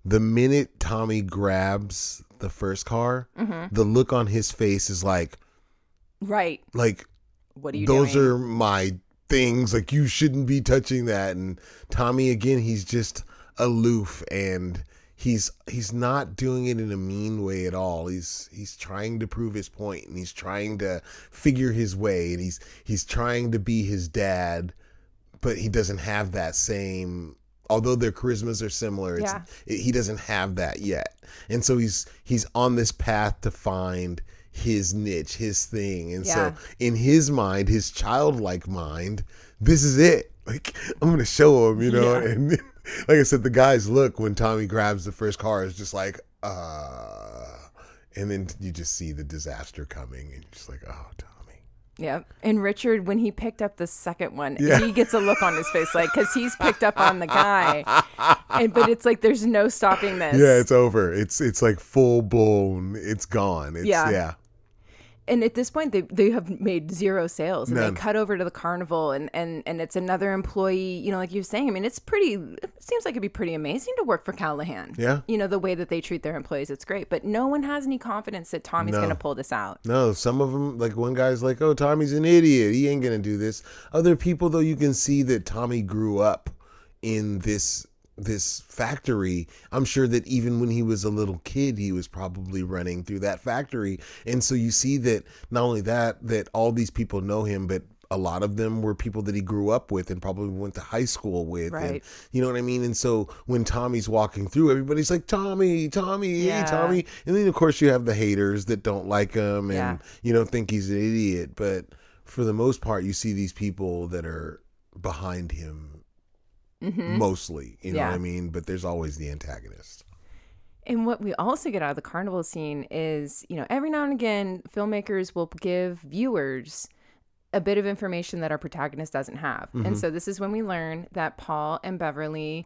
the minute Tommy grabs the first car, the look on his face is like,
right
like
what are you
those
doing?
are my things like you shouldn't be touching that and tommy again he's just aloof and he's he's not doing it in a mean way at all he's he's trying to prove his point and he's trying to figure his way and he's he's trying to be his dad but he doesn't have that same although their charismas are similar it's, it, he doesn't have that yet and so he's he's on this path to find his niche his thing and
Yeah.
so in his mind his childlike mind this is it like i'm gonna show him you know
Yeah.
and like i said the guy's look when tommy grabs the first car is just like uh and then you just see the disaster coming and you're just like oh tommy
Yeah. And Richard, when he picked up the second one,
Yeah.
he gets a look on his face, like, because he's picked up on the guy. And, but it's like, there's no stopping this.
yeah it's over it's it's like full blown it's gone it's
Yeah.
yeah
and at this point, they, they have made zero sales. And
None.
they cut over to the carnival, and, and, and it's another employee, you know, like you were saying. I mean, it's pretty, it seems like it'd be pretty amazing to work for Callahan.
Yeah.
You know, the way that they treat their employees, it's great. But no one has any confidence that Tommy's
No.
going to pull this out.
No, some of them, like one guy's like, oh, Tommy's an idiot. He ain't going to do this. Other people, though, you can see that Tommy grew up in this this factory i'm sure that even when he was a little kid he was probably running through that factory and so you see that not only that that all these people know him but a lot of them were people that he grew up with and probably went to high school with and
Right.
you know what i mean and so when tommy's walking through everybody's like tommy tommy
Yeah.
hey tommy and then of course you have the haters that don't like him and
Yeah.
you know think he's an idiot. But for the most part, you see these people that are behind him
hmm
mostly. You know
Yeah.
what I mean? But there's always the antagonist.
And what we also get out of the carnival scene is, you know, every now and again, filmmakers will give viewers a bit of
Mm-hmm.
information that our protagonist doesn't have. And so this is when we learn that Paul and Beverly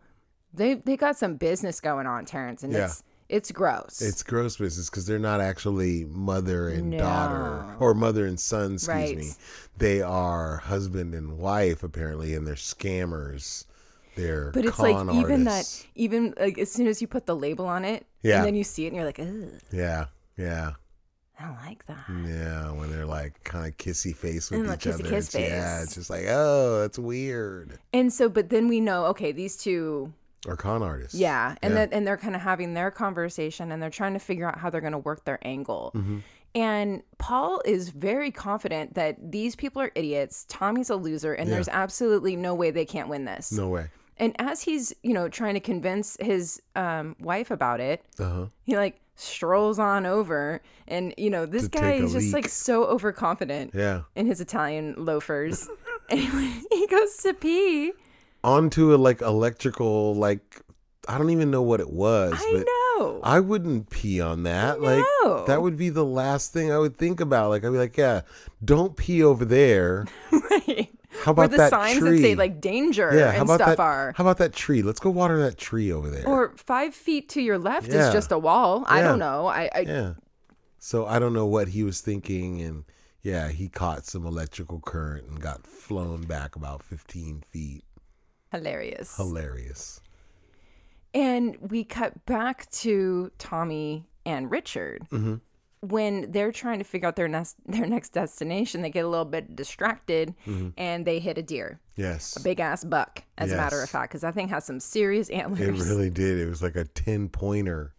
They they got some business going on, Terrence, and
Yeah.
it's it's gross.
It's gross business because they're not actually mother and daughter
No.
or mother and son, excuse
Right.
me. They are husband and wife apparently, and they're scammers. They're
but it's like
con
even that
artists.
even like as soon as you put the label on it,
Yeah.
and then you see it and you're like, Ugh,
Yeah, yeah,
I don't like that.
yeah. When they're like kind of kissy face with
And, like,
each
kiss-a-kiss
other. it's- Yeah,
face.
it's just like oh, that's weird.
And so, but then we know, okay, these two
Or con artists.
Yeah, and
Yeah.
that and they're kind of having their conversation and they're trying to figure out how they're going to work their angle.
Mm-hmm.
And Paul is very confident that these people are idiots, Tommy's a loser and
Yeah.
there's absolutely no way they can't win this.
No way.
And as he's, you know, trying to convince his um, wife about it,
Uh huh.
he like strolls on over and you know, this
To
guy
take a
is just like
leak.
so overconfident
Yeah.
in his Italian loafers. and he- he goes to pee.
Onto a like electrical like I don't even know what it was.
I
but
know.
I wouldn't pee on that.
No.
Like that would be the last thing I would think about. Like I'd be like, yeah, don't pee over there.
right.
How about
or the
that
signs
tree?
that say like danger
yeah, how
and
about
stuff
that?
are.
How about that tree? Let's go water that tree over there.
Or five feet to your left
Yeah.
is just a wall. I
Yeah.
don't know. I, I
yeah. So I don't know what he was thinking, and yeah, he caught some electrical current and got flown back about 15 feet.
hilarious.
Hilarious.
and we cut back to Tommy and Richard
Mm-hmm.
when they're trying to figure out their next their next destination. They get a little bit distracted
Mm-hmm.
and they hit a deer,
Yes.
big ass buck, as a matter
Yes.
of fact, because that thing has some serious
It
antlers.
really did. It was like a 10 pointer.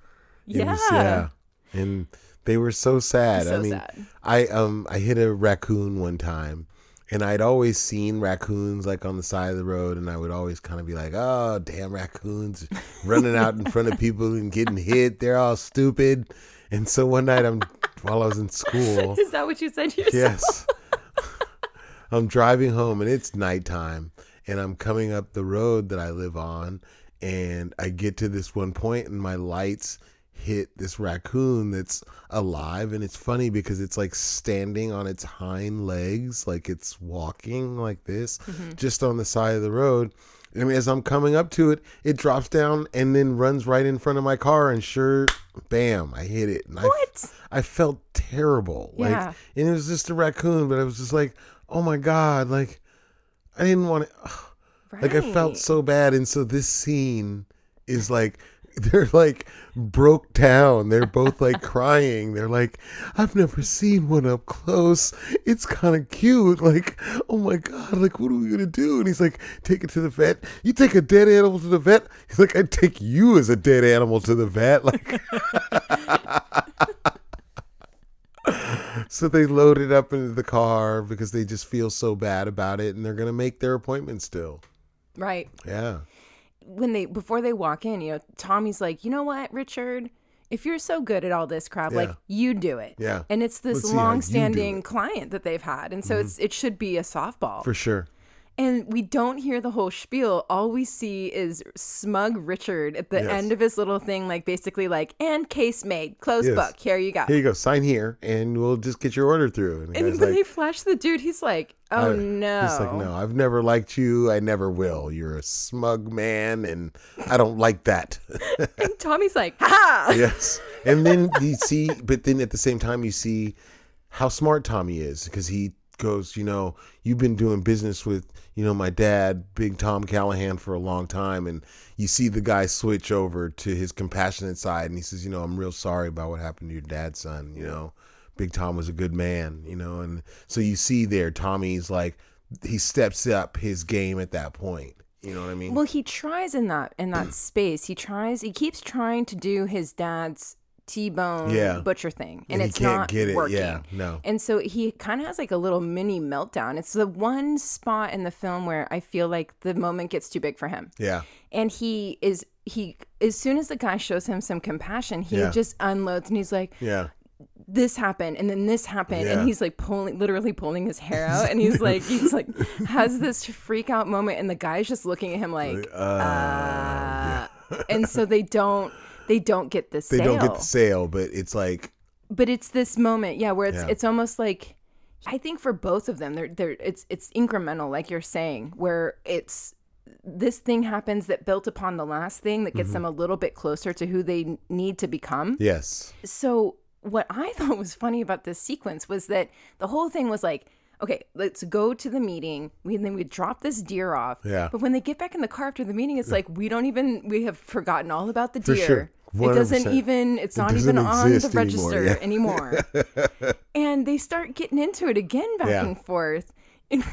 It
yeah.
was- And they were so sad. I
So
mean,
sad.
I um I hit a raccoon one time, and I'd always seen raccoons like on the side of the road, and I would always kind of be like, "Oh, damn raccoons, running out in front of people and getting hit. They're all stupid." And so one night, I'm while I was in school,
Is that what you said? to yourself?
Yes. I'm driving home and it's nighttime and I'm coming up the road that I live on and I get to this one point and my lights hit this raccoon that's alive and it's funny because it's like standing on its hind legs like it's walking like this just on the side of the road and as I'm coming up to it it drops down and then runs right in front of my car and sure bam I hit it and I
What?
I felt terrible.
Yeah.
Like, and it was just a raccoon, but I was just like, oh my God, like, I didn't want to,
Right.
like, I felt so bad. And so this scene is like, they're like broke down. They're both like crying. They're like, I've never seen one up close. It's kind of cute. Like, oh my God, like, what are we going to do? And he's like, take it to the vet. You take a dead animal to the vet. He's like, I'd take you as a dead animal to the vet. Like, So they load it up into the car because they just feel so bad about it and they're going to make their appointment still.
right.
Yeah.
when they before they walk in, you know, Tommy's like, you know what, Richard, if you're so good at all this crap, like
Yeah.
you do it.
Yeah.
And it's this
Let's see how you do
long-standing
it. Mm-hmm.
client that they've had, and so it's it should be a softball.
For sure.
And we don't hear the whole spiel. All we see is smug Richard at the
Yes.
end of his little thing, like basically like, and case made, close
Yes.
book. Here you go.
Here you go. Sign here and we'll just get your order through. the
and
guy's
when
like,
they flash the dude, he's like, oh
I-
no.
He's like, no, I've never liked you. I never will. You're a smug man and I don't like that.
And Tommy's like, ha!
yes. And then you see, but then at the same time, you see how smart Tommy is because he goes, you know, you've been doing business with, you know, my dad, Big Tom Callahan, for a long time. And you see the guy switch over to his compassionate side. And he says, you know, I'm real sorry about what happened to your dad, son. You know, Big Tom was a good man, you know. And so you see there, Tommy's like, he steps up his game at that point. You know what I mean?
Well, he tries in that in that space. He tries. He keeps trying to do his dad's T-bone
Yeah.
butcher thing, and,
he
it's not working.
Yeah, no.
And so he kind of has like a little mini meltdown. It's the one spot in the film where I feel like the moment gets too big for him,
Yeah.
and he is he as soon as the guy shows him some compassion, he
Yeah.
just unloads and he's like,
Yeah.
this happened and then this happened
Yeah.
and he's like pulling literally pulling his hair out and he's like he's like has this freak out moment and the guy's just looking at him like uh, and so they don't they don't get the
they
sale
don't get the sale, but it's like
but it's this moment yeah where it's
Yeah.
it's almost like I think for both of them they're they're it's it's incremental like you're saying where it's this thing happens that built upon the last thing that gets
Mm-hmm.
them a little bit closer to who they n- need to become.
Yes.
So what I thought was funny about this sequence was that the whole thing was like, okay, let's go to the meeting. We then we drop this deer off.
Yeah.
But when they get back in the car after the meeting, it's like we don't even we have forgotten all about the
For
deer.
sure.
It doesn't
100%.
even it's not
doesn't
even on the
exist anymore,
register
yeah.
anymore. and they start getting into it again back
Yeah.
and forth. And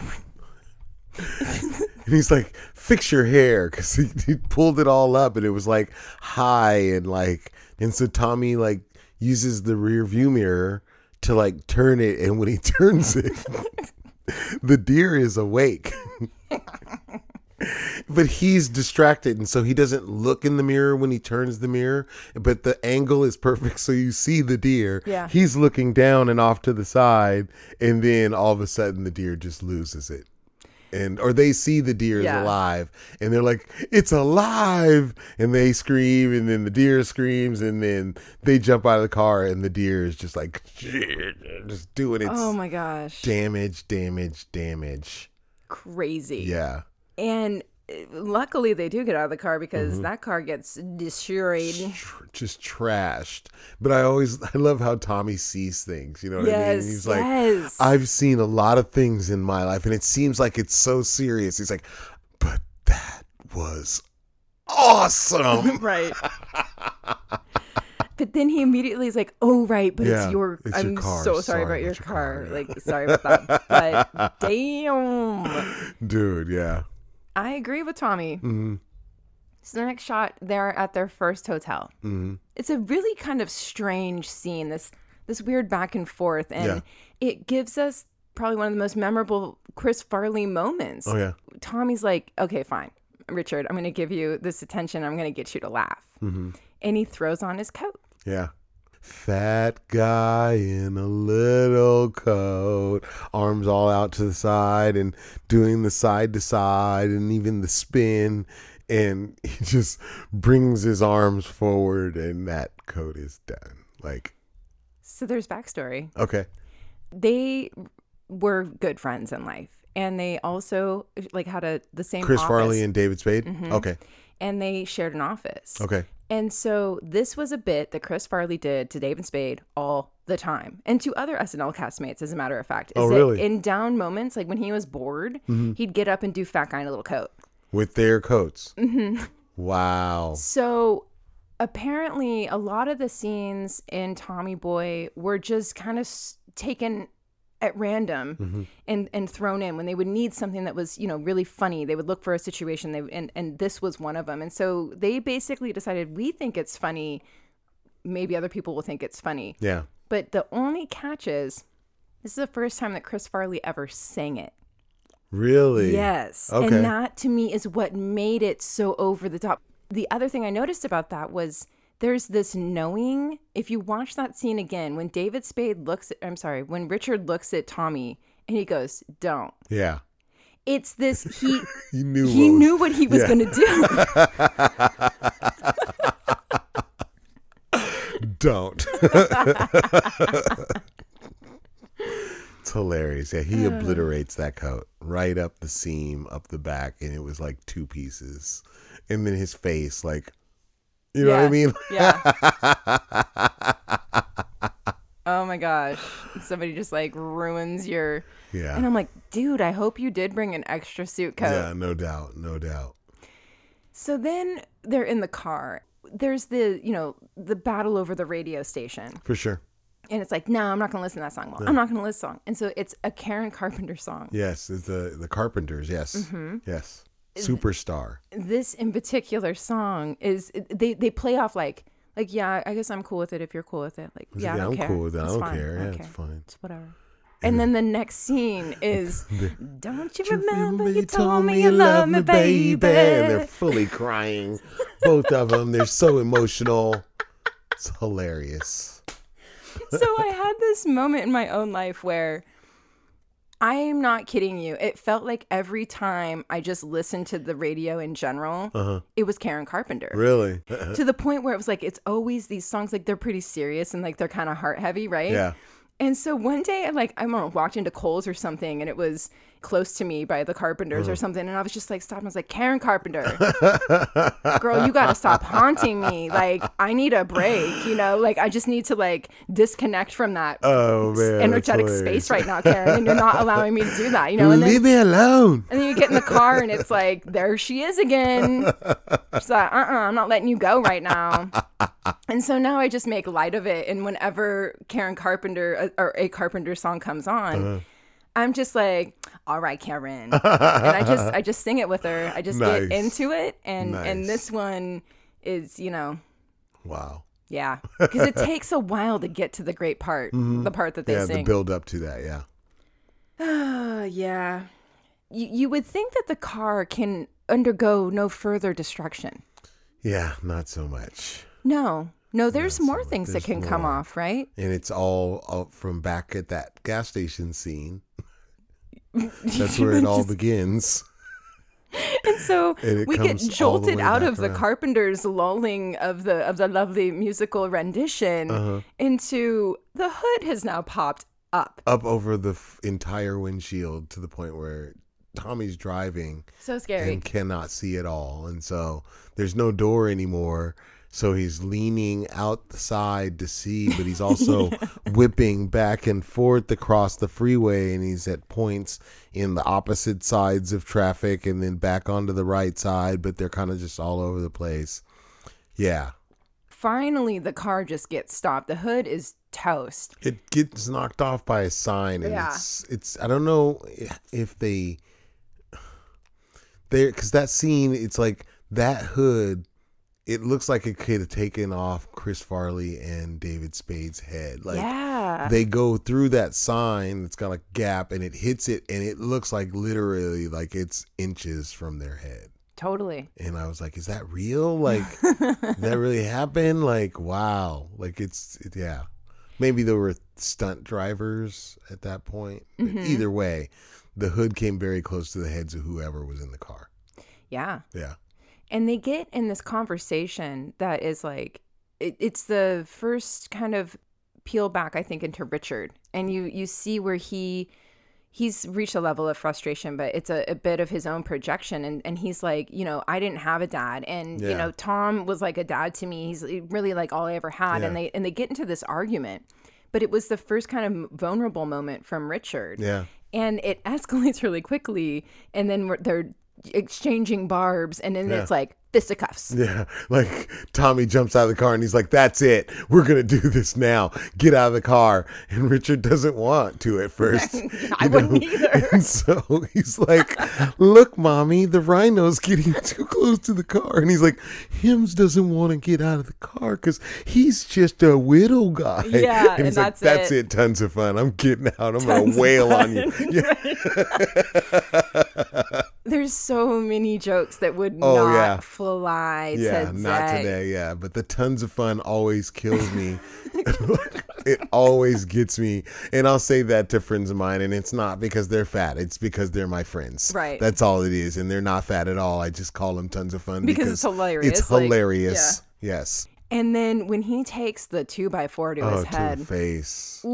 And he's like, fix your hair. Cause he, he pulled it all up and it was like high and like, and so Tommy like uses the rear view mirror to like turn it. And when he turns it, the deer is awake. but he's distracted and so he doesn't look in the mirror when he turns the mirror but the angle is perfect so you see the deer
Yeah.
he's looking down and off to the side and then all of a sudden the deer just loses it and or they see the deer is
Yeah.
alive and they're like it's alive and they scream and then the deer screams and then they jump out of the car and the deer is just like just doing its
oh my gosh.
damage damage damage
Crazy.
yeah
And uh, luckily they do get out of the car because
Mm-hmm.
that car gets destroyed.
tr- just trashed. But I always I love how Tommy sees things. You know what I mean?
Yes,
He's like,
yes.
I've seen a lot of things in my life, and it seems like it's so serious. He's like, but that was awesome.
right. but then he immediately is like, "Oh right, but
Yeah,
it's your.
it's your
I'm
car.
so sorry,
Sorry
about
about
your
your car."
car. Like, sorry about that. But damn,
Dude, yeah.
I agree with Tommy.
Mm-hmm.
So the next shot, they're at their first hotel.
Mm-hmm.
It's a really kind of strange scene. This this weird back and forth, and it gives us probably one of the most memorable Chris Farley moments.
Oh yeah.
Tommy's like, okay, fine, Richard, I'm going to give you this attention. I'm going to get you to laugh.
Mm-hmm.
And he throws on his coat.
Yeah. Fat guy in a little coat, arms all out to the side and doing the side to side and even the spin. And he just brings his arms forward, and that coat is done. Like,
So there's backstory.
okay.
They were good friends in life. And they also like had a the same
Chris
office,
Farley and David Spade? Okay.
and they shared an office.
Okay.
And so this was a bit that Chris Farley did to David Spade all the time and to other SNL castmates, as a matter of fact. Is
Oh,
that
really? Mm-hmm.
In down moments, like when he was bored, he'd get up and do Fat Guy in a Little Coat.
With their coats. Mm-hmm. Wow.
So apparently, a lot of the scenes in Tommy Boy were just kind of s- taken at random and and thrown in when they would need something that was you know really funny they would look for a situation they and and this was one of them and so they basically decided we think it's funny maybe other people will think it's funny
Yeah.
but the only catch is this is the first time that Chris Farley ever sang it
Really?
Yes.
Okay.
And that to me is what made it so over the top. The other thing I noticed about that was there's this knowing. If you watch that scene again, when David Spade looks at, I'm sorry, when Richard looks at Tommy and he goes, don't.
Yeah.
It's this, he,
He knew
he
what was-
knew what he was
Yeah.
going to do.
don't. it's hilarious. Yeah, he obliterates that coat right up the seam, up the back, and it was like two pieces. And then his face, like, you know what I
Yeah.
mean?
Yeah. oh my gosh. Somebody just like ruins your,
Yeah.
and I'm like, dude, I hope you did bring an extra suit coat.
yeah, no doubt. No doubt.
So then they're in the car. There's the, you know, the battle over the radio station.
For sure.
And it's like, no, I'm not going to listen to that song. Well, I'm not going to listen to that song. And so it's a Karen Carpenter song.
Yes. It's the, the Carpenters. Yes.
Mm-hmm.
Yes. Superstar.
This in particular song is they they play off like like yeah, I guess I'm cool with it if you're cool with it. Like yeah, I
Yeah,
don't
I'm
care.
cool with that. I
It's
don't
fine.
care. Yeah,
Okay.
it's fine.
It's whatever. And then the next scene is, don't you remember you told me you love
loved
me,
And they're
baby?
fully crying. Both of them. They're so emotional. It's hilarious.
so I had this moment in my own life where I am not kidding you. It felt like every time I just listened to the radio in general, it was Karen Carpenter.
Really?
To the point where it was like it's always these songs like they're pretty serious and like they're kind of heart heavy, right?
Yeah.
And so one day, I like I don't know, walked into Kohl's or something, and it was close to me by the carpenters
Uh-huh.
or something and i was just like stop and i was like karen carpenter girl you gotta stop haunting me like i need a break you know like i just need to like disconnect from that
Oh man, that's
energetic
hilarious.
space right now karen and you're not allowing me to do that you know and then
Leave me alone.
and then you get in the car and it's like, there she is again. She's like, uh uh-uh, uh, i am not letting you go right now. And so now I just make light of it. And whenever Karen Carpenter uh, or a Carpenter song comes on,
Uh-huh.
I'm just like, all right, Karen. and I just I just sing it with her. I just get
Nice.
into it. And and
Nice.
this one is, you know,
Wow.
yeah. Because it takes a while to get to the great part, the part that they
Mm-hmm. Yeah, the
sing.
build up to that. Yeah.
Uh, yeah. You, you would think that the car can undergo no further destruction.
Yeah, not so much.
No, no, there's more things that can
there's
come
more.
off, right?
And it's all out from back at that gas station scene. That's where it all begins.
And so
and it
we get
comes all the
jolted
way
out
back
of the
around.
carpenter's lulling of the of the lovely musical rendition
Uh-huh.
into the hood has now popped up.
Up over the f- entire windshield to the point where Tommy's driving
So scary.
and cannot see at all. And so there's no door anymore. So he's leaning out the side to see, but he's also whipping back and forth across the freeway. And he's at points in the opposite sides of traffic and then back onto the right side, but they're kind of just all over the place. Yeah.
Finally, the car just gets stopped. The hood is toast.
It gets knocked off by a sign, and
Yeah.
it's it's. I don't know if they there because that scene. It's like that hood. It looks like it could have taken off Chris Farley and David Spade's head. Like
yeah.
they go through that sign that's got a gap, and it hits it, and it looks like literally like it's inches from their head.
totally.
And I was like, "Is that real? Like that really happened? Like wow! Like it's it, yeah. Maybe there were stunt drivers at that point. But Either way, the hood came very close to the heads of whoever was in the car.
Yeah.
Yeah,
and they get in this conversation that is like it, it's the first kind of peel back i think into richard and you you see where he he's reached a level of frustration but it's a, a bit of his own projection and, and he's like you know i didn't have a dad and you
Yeah.
know tom was like a dad to me he's really like all i ever had and
Yeah.
they and they get into this argument but it was the first kind of vulnerable moment from richard
yeah.
and it escalates really quickly and then we're, they're exchanging barbs and then
Yeah.
it's like fisticuffs
Yeah, like Tommy jumps out of the car and he's like, "That's it. We're gonna do this now. Get out of the car." And Richard doesn't want to at first.
I wouldn't either.
And so he's like, "Look, mommy, the rhino's getting too close to the car." And he's like, "Hims doesn't want to get out of the car because he's just a widow guy."
Yeah, and
he's
that's
like, "That's
it.
it. Tons of fun. I'm getting out. I'm
Tons
gonna
of
wail on you." Yeah.
there's so many jokes that would
Oh,
not
yeah.
fly
Yeah,
today.
not today. Yeah, but the tons of fun always kills me. it always gets me, and I'll say that to friends of mine, and it's not because they're fat; it's because they're my friends.
Right.
That's all it is, and they're not fat at all. I just call them tons of fun
Because it's hilarious,
It's
like,
hilarious. Yes.
and then when he takes the two by four to
Oh,
his
to the
head
face. Yeah,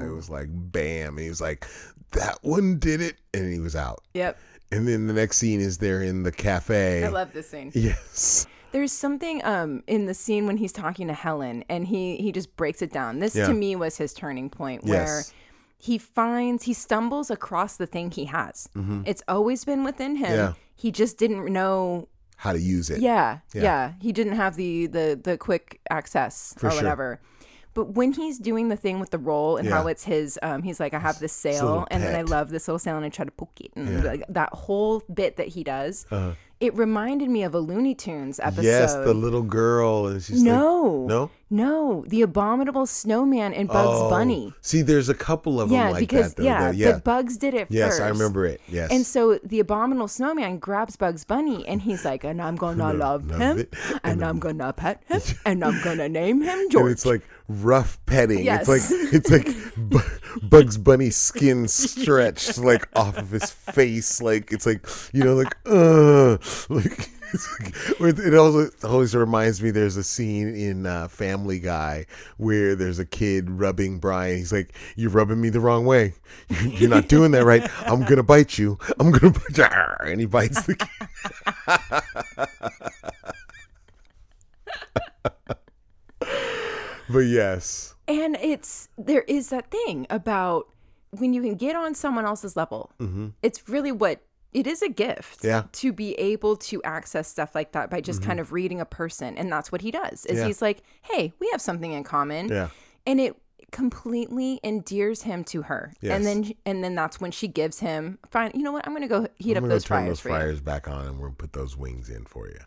it
Ooh.
was like bam, and he was like, "That one did it," and he was out.
yep
And then the next scene is they're in the cafe.
i love this scene
yes.
There's something um in the scene when he's talking to Helen and he he just breaks it down. This
Yeah.
to me was his turning point where
Yes.
he finds he stumbles across the thing he has. It's always been within him.
Mm-hmm. Yeah.
He just didn't know
How to use it?
yeah,
Yeah.
yeah. He didn't have the the the quick access
For
or
sure.
whatever. But when he's doing the thing with the roll and how
Yeah.
it's his, um, he's like, I have this
little
sail, and then I
pet.
love this little sail, and I try to poke it, and like, that whole bit that he does, it reminded me of a Looney Tunes episode.
Uh-huh. Yes, the little girl, and she's like,
no,
no?
no, the abominable snowman and Bugs
Oh.
Bunny.
See, there's a couple of
Yeah,
them like
because
that. Though,
yeah,
though. yeah.
but Bugs did it
yes,
first.
I remember it. Yes,
And so the abominable snowman grabs Bugs Bunny and he's like, and I'm gonna love,
love
him,
it.
and I'm gonna pet him, and I'm gonna name him
And
George.
it's like rough petting. It's
Yes.
like it's like Bu- Bugs Bunny's skin stretched like off of his face. Like it's like you know, like uh, like it also always reminds me there's a scene in uh, Family Guy where there's a kid rubbing Brian. He's like, "You're rubbing me the wrong way. You're not doing that right. I'm gonna bite you. I'm gonna bite you." And he bites the kid. but yes,
and it's there is that thing about when you can get on someone else's level.
Mhm.
It's really what it is a gift
Yeah. Mm-hmm.
to be able to access stuff like that by just kind of reading a person and that's what he does is
Yeah.
he's like hey we have something in common
yeah,
and it completely endears him to her
Yes.
and then and then that's when she gives him fine you know what i'm gonna go heat
I'm
up
gonna
those
turn
fryers,
those
for you."
fryers back on, and we'll put those wings in for you.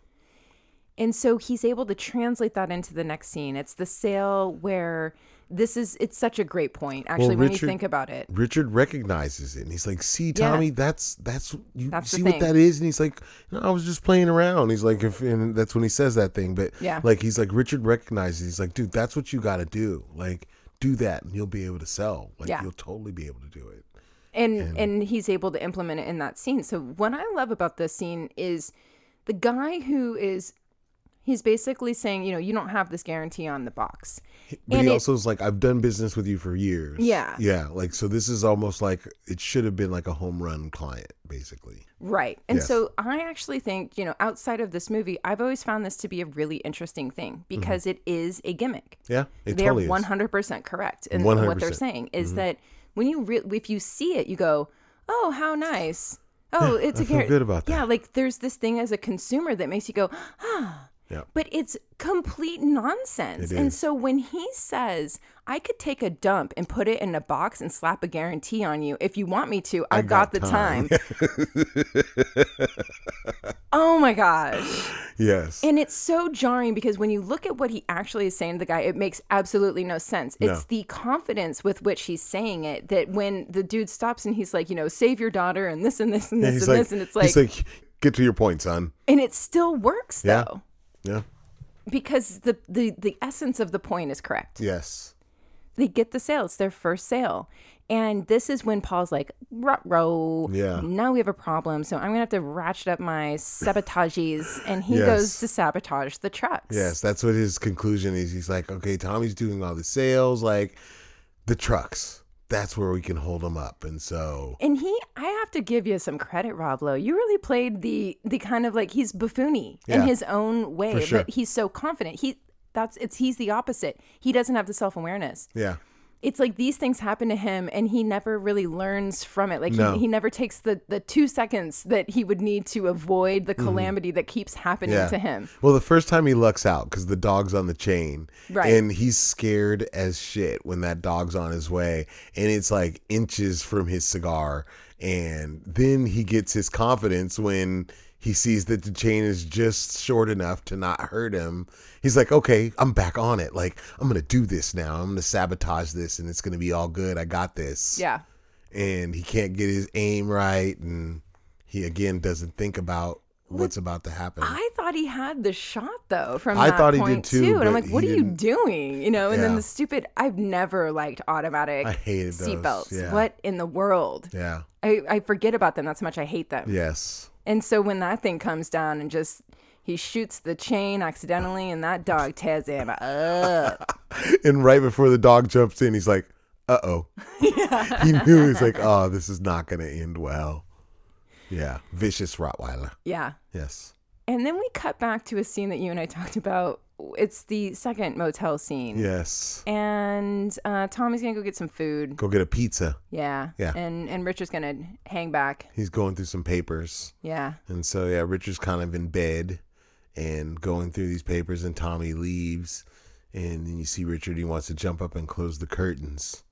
And so he's able to translate that into the next scene. It's the sale where this is it's such a great point actually when
Richard-
you think about it.
Richard recognizes it and he's like, "See,
Yeah.
Tommy, that's that's you
That's the
see what
thing.
that is." And he's like, "No, I was just playing around." He's like, "If," and that's when he says that thing. But
Yeah.
like he's like Richard recognizes. He's like, "Dude, that's what you got to do. Like, do that, and you'll be able to sell. Like,
Yeah.
you'll totally be able to do it."
And, and he's able to implement it in that scene. So what I love about this scene is the guy who is he's basically saying, you know, you don't have this guarantee on the box.
But
And
he
it-
also is like, "I've done business with you for years."
Yeah.
yeah. Like, so this is almost like it should have been like a home run client, basically.
Right. And
Yes.
so I actually think, you know, outside of this movie, I've always found this to be a really interesting thing because it is a gimmick.
Yeah, it
they're
totally
one
is.
hundred percent correct in what they're
100%.
saying. Is
Mm-hmm.
that when you re- if you see it, you go, "Oh, how nice! Oh, it's
I
a
feel
gar-
good about
Yeah, like there's this thing as a consumer that makes you go, "Ah,"
Yeah.
but it's complete nonsense.
It
and
is.
so when he says, "I could take a dump and put it in a box and slap a guarantee on you if you want me to," I've got,
got
the
time."
time. oh my gosh.
Yes,
And it's so jarring because when you look at what he actually is saying to the guy, it makes absolutely no sense.
No.
It's the confidence with which he's saying it that when the dude stops and he's like, you know, save your daughter and this and this and this
he's
and
like,
this, and it's like,
he's like, "Get to your point, son."
and it still works
Yeah.
though
Yeah.
because the, the the essence of the point is correct.
Yes.
They get the sale; it's their first sale, and this is when Paul's like, row,
Yeah.
now we have a problem, so I'm gonna have to ratchet up my sabotages, and he
Yes.
goes to sabotage the trucks.
Yes, that's what his conclusion is. He's like, okay, Tommy's doing all the sales, like the trucks. That's where we can hold him up. And so,
And he, I have to give you some credit, Rob Lowe. You really played the the kind of like he's buffoony in
Yeah.
his own way,
For sure.
but he's so confident. He that's it's he's the opposite. He doesn't have the self awareness.
yeah,
It's like these things happen to him, and he never really learns from it. Like
No.
he, he never takes the the two seconds that he would need to avoid the calamity that keeps happening
Mm-hmm. yeah.
to him.
Well, the first time he lucks out because the dog's on the chain,
Right.
And he's scared as shit when that dog's on his way, and it's like inches from his cigar. And then he gets his confidence when he sees that the chain is just short enough to not hurt him. He's like, okay, I'm back on it. Like, I'm gonna do this now. I'm gonna sabotage this, and it's gonna be all good. I got this
Yeah.
and he can't get his aim right and he again doesn't think about what's about to happen
I thought he had the shot though from
I
that
thought he did,
point
too,
And I'm
but
like, what
he
are you
didn't-
doing? You know, and
Yeah.
then the stupid I've never liked automatic
I hated those,
seatbelts.
yeah.
What in the world?
yeah
I, I forget about them. That's how much I hate them.
yes
And so when that thing comes down and just he shoots the chain accidentally and that dog tears him up.
and right before the dog jumps in he's like uh-oh he knew he's like oh this is not gonna end well yeah vicious rottweiler
yeah.
yes
And then we cut back to a scene that you and I talked about. It's the second motel scene.
yes
And uh, Tommy's gonna go get some food.
go get a pizza
Yeah.
Yeah.
And and Richard's gonna hang back.
he's going through some papers
Yeah.
And so yeah, Richard's kind of in bed and going through these papers and Tommy leaves and then you see Richard he wants to jump up and close the curtains.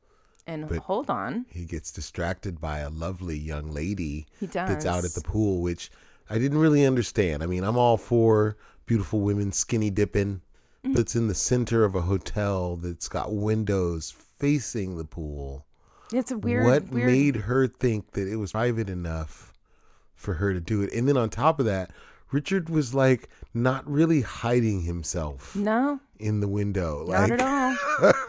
And hold on.
He gets distracted by a lovely young lady
He does.
that's out at the pool which I didn't really understand. I mean, I'm all for beautiful women skinny dipping,
Mm-hmm.
but it's in the center of a hotel that's got windows facing the pool.
It's a weird
what
weird
made her think that it was private enough for her to do it? And then on top of that, Richard was like not really hiding himself
No,
in the window.
not
Like
at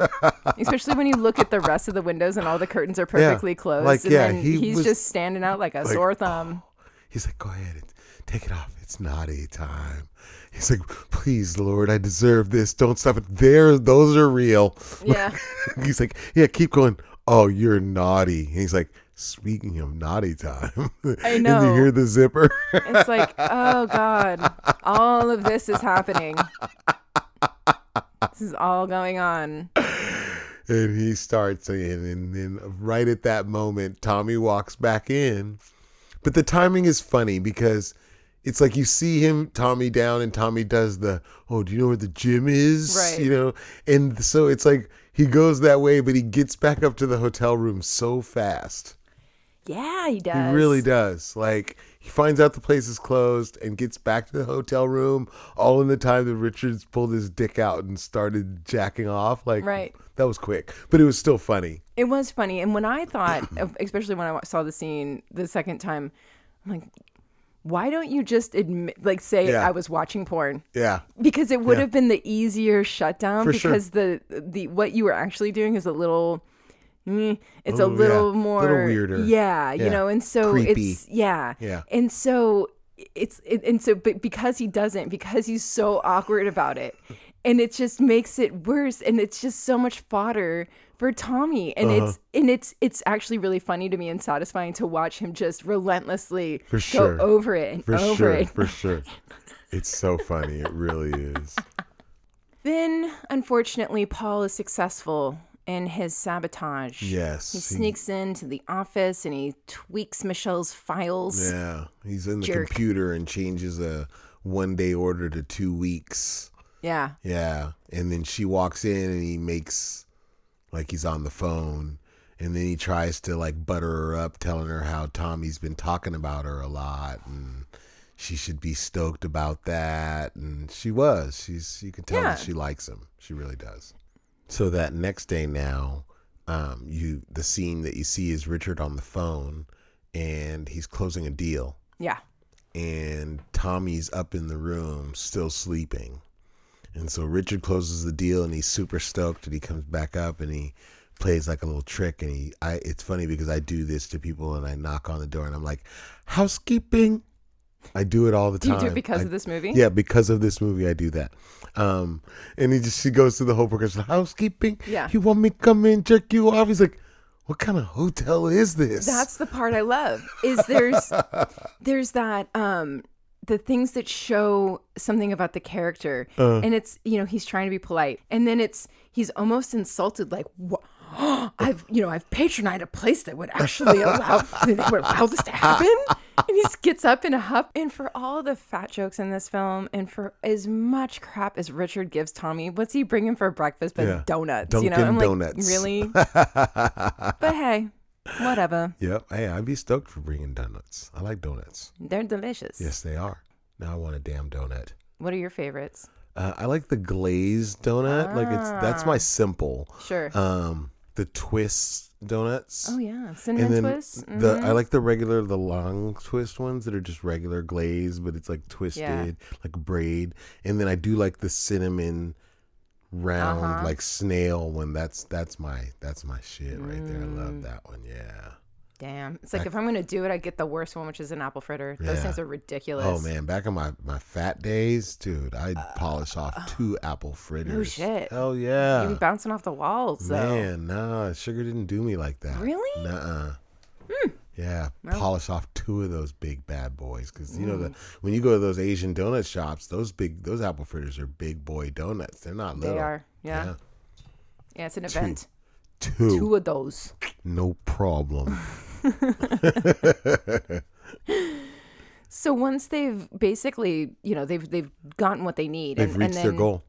all. Especially when you look at the rest of the windows and all the curtains are perfectly closed.
Like,
and
yeah,
then
he
he's
was-
just standing out like a sore thumb.
he's like, go ahead and Take it off. It's naughty time. He's like, please, Lord, I deserve this. Don't stop it. There, those are real.
Yeah.
he's like, yeah, keep going. Oh, you're naughty. And he's like, speaking of naughty time.
I
and you
know.
hear the zipper.
It's like, oh God, all of this is happening. This is all going on.
and he starts in and then right at that moment tommy walks back in but the timing is funny because it's like you see him tommy down and tommy does the oh do you know where the gym is
Right.
you know and so it's like he goes that way but he gets back up to the hotel room so fast
Yeah, he
he
does.
really does like he finds out the place is closed and gets back to the hotel room all in the time that richards pulled his dick out and started jacking off like
Right.
that was quick but it was still funny
It was funny. And when I thought, especially when I saw the scene the second time, I'm like, why don't you just admit, like, say
Yeah.
I was watching porn?
Yeah.
Because it would have been the easier shutdown.
For sure.
because the the what you were actually doing is a little, mm, it's
Oh,
a
yeah.
little
Little
more
weirder.
Yeah,
Yeah.
you know, and so
Creepy.
it's yeah,
Yeah.
and so it's it, and so but because he doesn't, because he's so awkward about it, and it just makes it worse, and it's just so much fodder for Tommy, and it's
Uh-huh.
and it's it's actually really funny to me and satisfying to watch him just relentlessly
For
go
sure.
over it and
For
over
sure.
it.
For sure. It's so funny. It really is.
Then, unfortunately, Paul is successful in his sabotage.
Yes.
He
he-
sneaks into the office and he tweaks Michelle's files.
yeah. He's in the
Jerk.
computer and changes a one day order to two weeks.
Yeah.
Yeah. And then she walks in and he makes like he's on the phone. And then he tries to like butter her up, telling her how Tommy's been talking about her a lot and she should be stoked about that. And she was. She's you can tell that
Yeah.
she likes him. She really does. So that next day now, um, you the scene that you see is Richard on the phone and he's closing a deal
Yeah.
and Tommy's up in the room still sleeping. And so Richard closes the deal and he's super stoked and he comes back up and he plays like a little trick and he I it's funny because I do this to people and I knock on the door and I'm like, "Housekeeping." I do it all the
Do you
time.
do it because
I-
of this movie?
yeah, because of this movie, I do that. Um, and he just she goes through the whole progression. Housekeeping.
Yeah.
You want me to come in, jerk you off? He's like, what kind of hotel is this?
That's the part I love. Is there's there's that um the things that show something about the character
Uh.
and it's you know he's trying to be polite and then it's he's almost insulted like what I've you know I've patronized a place that would actually allow that would allow this to happen and he gets up in a huff and for all the fat jokes in this film and for as much crap as Richard gives Tommy what's he bringing for breakfast but
Yeah.
donuts you know
Dunkin'
I'm like
Donuts.
really but hey whatever
Yep. Hey, I'd be stoked for bringing donuts. I like donuts.
They're delicious.
Yes, they are. Now I want a damn donut.
What are your favorites?
Uh, I like the glazed donut. Like it's that's
Ah.
my simple.
Sure.
Um, the twist donuts.
oh yeah, Mm-hmm. cinnamon Mm, twists.
the I like the regular the long twist ones that are just regular glaze, but it's like twisted like braid. And then I do like the cinnamon round
Uh-huh.
like snail one. That's that's my that's my shit right there. I
Mm.
love that one. Yeah.
Damn, it's like if I'm gonna do it, I get the worst one, which is an apple fritter. Those
Yeah.
things are ridiculous. Uh,
Oh man, back in my my fat days, dude, I'd polish off two apple fritters.
oh. shit.
Hell
You've
yeah.
been bouncing off the walls though.
Uh, Man, nah, sugar didn't do me like that.
Really? Hmm.
Nuh-uh. Yeah, polish off two of those big bad boys because you know
Mm.
the when you go to those Asian donut shops, those big those apple fritters are big boy donuts. They're not
They
little.
are. Yeah. yeah. it's an event.
Two,
Two of those.
no problem.
So once they've basically, you know, they've they've gotten what they need,
They've reached
then
their goal.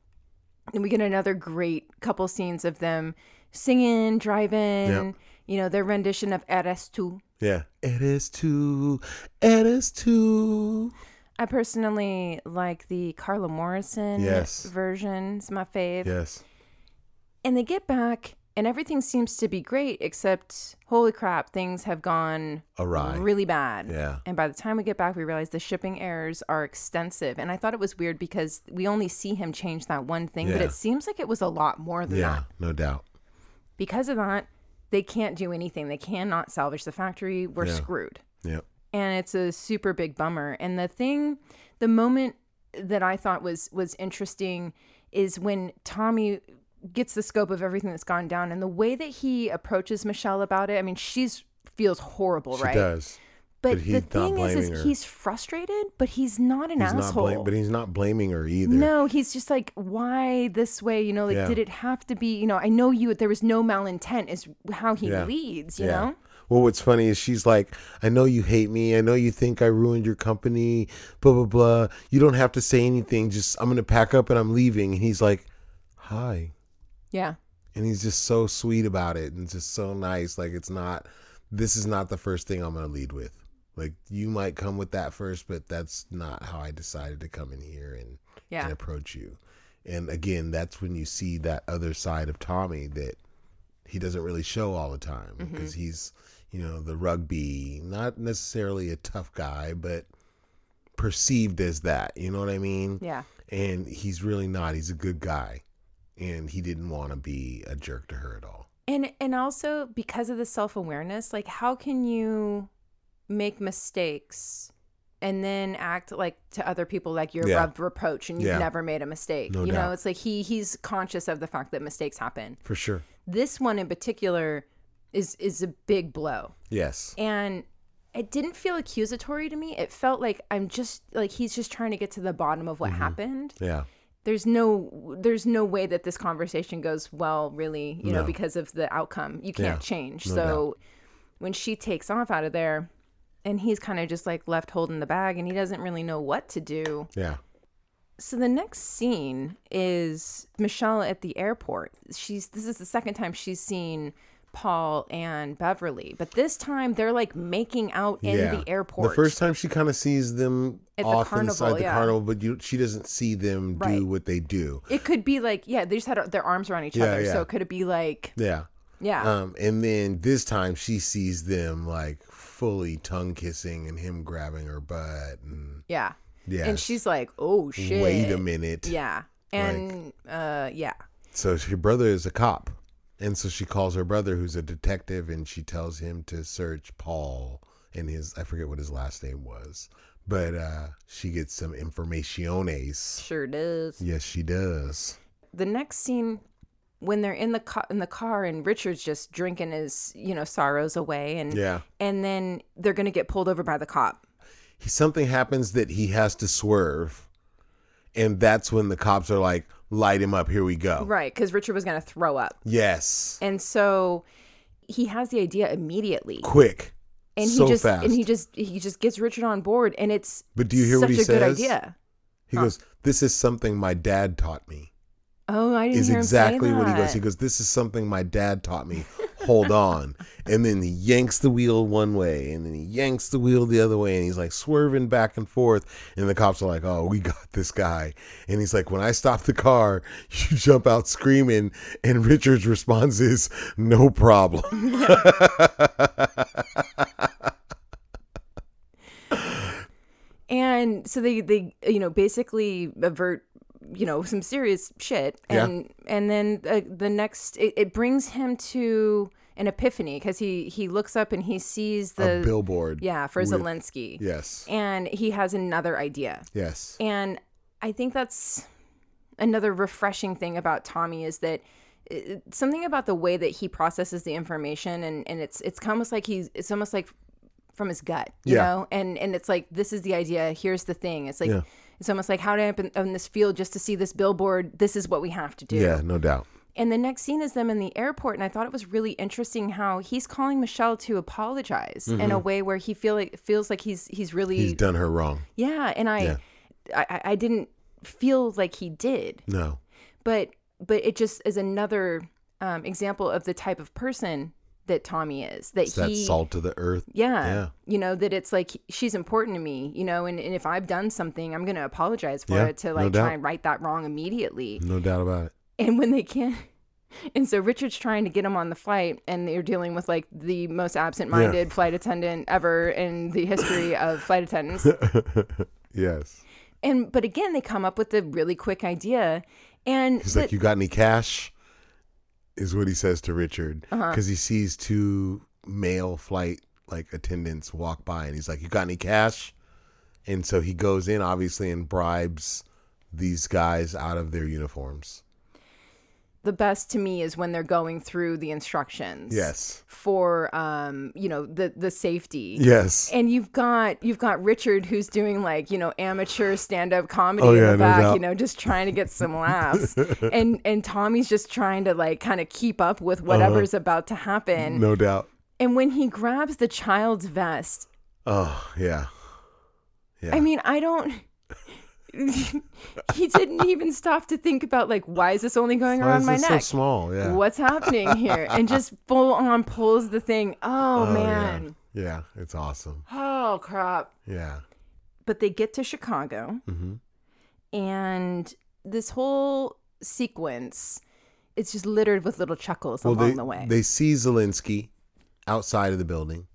and we get another great couple scenes of them singing, driving.
Yep.
You know, their rendition of RS2.
Yeah, it is two. It is two.
I personally like the Carla Morrison
Yes.
version. It's my fave.
Yes.
And they get back, and everything seems to be great, except holy crap, things have gone
Awry.
really bad.
Yeah.
And by the time we get back, we realize the shipping errors are extensive. And I thought it was weird because we only see him change that one thing, but
Yeah.
it seems like it was a lot more than
Yeah,
that.
no doubt.
Because of that, they can't do anything. They cannot salvage the factory. We're
Yeah.
screwed.
Yep.
and it's a super big bummer. And the thing, the moment that I thought was was interesting is when Tommy gets the scope of everything that's gone down and the way that he approaches Michelle about it. I mean, she's feels horrible,
She
right?
does.
But,
But he's
the
not
thing is,
blaming her.
is he's frustrated, but he's not an
He's not
asshole.
blam- but he's not blaming her either.
No, he's just like, why this way? You know, like,
Yeah.
did it have to be? You know, I know you. There was no malintent, is how he
Yeah.
leads. You know,
Well, what's funny is she's like, I know you hate me. I know you think I ruined your company, blah, blah, blah. You don't have to say anything. Just, I'm going to pack up and I'm leaving. And he's like, hi.
yeah,
And he's just so sweet about it and just so nice. Like, it's not, this is not the first thing I'm going to lead with. Like, you might come with that first, but that's not how I decided to come in here and,
yeah,
and approach you. And again, that's when you see that other side of Tommy that he doesn't really show all the time
Mm-hmm.
because he's, you know, the rugby, not necessarily a tough guy, but perceived as that. You know what I mean?
yeah,
And he's really not. He's a good guy. And he didn't want to be a jerk to her at all.
and and also because of the self awareness, like, how can you make mistakes? And then act like to other people like you're
Yeah.
rubbed reproach and you've
Yeah.
never made a mistake.
No
you know,
doubt.
it's like he he's conscious of the fact that mistakes happen.
For sure.
This one in particular is is a big blow.
Yes.
and it didn't feel accusatory to me. It felt like I'm just like he's just trying to get to the bottom of what
Mm-hmm.
happened.
Yeah.
There's no there's no way that this conversation goes well really, you know,
No.
because of the outcome. You can't
Yeah,
change.
no
so when she takes off out of there and he's kind of just like left holding the bag and he doesn't really know what to do.
Yeah.
So the next scene is Michelle at the airport. She's this is the second time she's seen Paul and Beverly, but this time they're like making out in
yeah.
the airport.
The first time she kind of sees them
At the
off
carnival,
inside the
yeah.
carnival, but you, she doesn't see them
Right.
do what they do.
it could be like yeah, they just had their arms around each
Yeah,
other.
yeah.
So could it be like
Yeah.
yeah,
Um, and then this time she sees them like fully tongue kissing and him grabbing her butt and
yeah,
yeah.
and she's like oh shit,
wait a minute.
yeah, and uh yeah,
So her brother is a cop, and so she calls her brother, who's a detective, and she tells him to search Paul and his I forget what his last name was, but uh, she gets some informationes.
sure does.
Yes, she does.
the next scene when they're in the car in the car and Richard's just drinking his you know sorrows away and
Yeah.
and then they're gonna get pulled over by the cop
he- something happens that he has to swerve and that's when the cops are like light him up here we go
right because Richard was gonna throw up
yes
and so he has the idea immediately
quick
and he
so
just
fast
and he just he just gets Richard on board and it's
But do you hear
such
what he
a good
says?
idea
he goes this is something my dad taught me
oh I didn't
is
hear
exactly
him say
what he
that.
goes he goes this is something my dad taught me hold on and then he yanks the wheel one way and then he yanks the wheel the other way and he's like swerving back and forth and the cops are like oh we got this guy and he's like when i stop the car you jump out screaming and richard's response is no problem
and so they they you know basically avert you know some serious shit
Yeah.
and and then uh, the next it, it brings him to an epiphany because he he looks up and he sees the
a billboard.
yeah for
with-
Zelensky
Yes.
and he has another idea
Yes.
and I think that's another refreshing thing about Tommy is that uh, something about the way that he processes the information and, and it's it's almost like he's it's almost like from his gut, you
Yeah.
know? And and it's like this is the idea, here's the thing. It's like
Yeah.
it's almost like how to open on this field just to see this billboard, this is what we have to do.
Yeah, no doubt.
And the next scene is them in the airport, and I thought it was really interesting how he's calling Michelle to apologize in a way where he feel like feels like he's he's really
Mm-hmm. He's done her wrong.
yeah, and I,
Yeah.
I, I- I didn't feel like he did,
No.
but but it just is another um, example of the type of person that Tommy is. That
It's that
he,
salt of the earth.
yeah,
Yeah.
you know that it's like she's important to me, you know, and, and if I've done something, I'm gonna apologize for
Yeah,
it to
no
like
doubt.
try and right that wrong immediately.
No doubt about it.
And when they can't. And so Richard's trying to get him on the flight, and they're dealing with like the most absent-minded flight attendant ever in the history of flight attendants.
Yes.
And but again, they come up with the really quick idea, and
He's
the-
like, You got any cash?
Uh-huh.
Is what he says to Richard. Because he sees two male flight like attendants walk by and he's like, "You got any cash?" And so he goes in obviously and bribes these guys out of their uniforms.
the best to me is when they're going through the instructions
Yes.
for um you know the the safety
Yes.
and you've got you've got Richard who's doing like you know amateur stand up comedy
Oh,
in
yeah,
the
no
back,
doubt.
you know, just trying to get some laughs, and and Tommy's just trying to like kind of keep up with
Uh-huh.
whatever's about to happen.
No doubt.
And when he grabs the child's vest,
Oh, yeah. Yeah.
I mean, I don't. he didn't even stop to think about like why is this only going
Why
around
is
my
it
neck?
so small? Yeah.
What's happening here? And just full on pulls the thing. Oh,
Oh, yeah.
man.
Yeah. It's awesome.
Oh crap.
Yeah.
But they get to Chicago.
hmm
and this whole sequence it's just littered with little chuckles along
they,
the way
They see Zelensky outside of the building.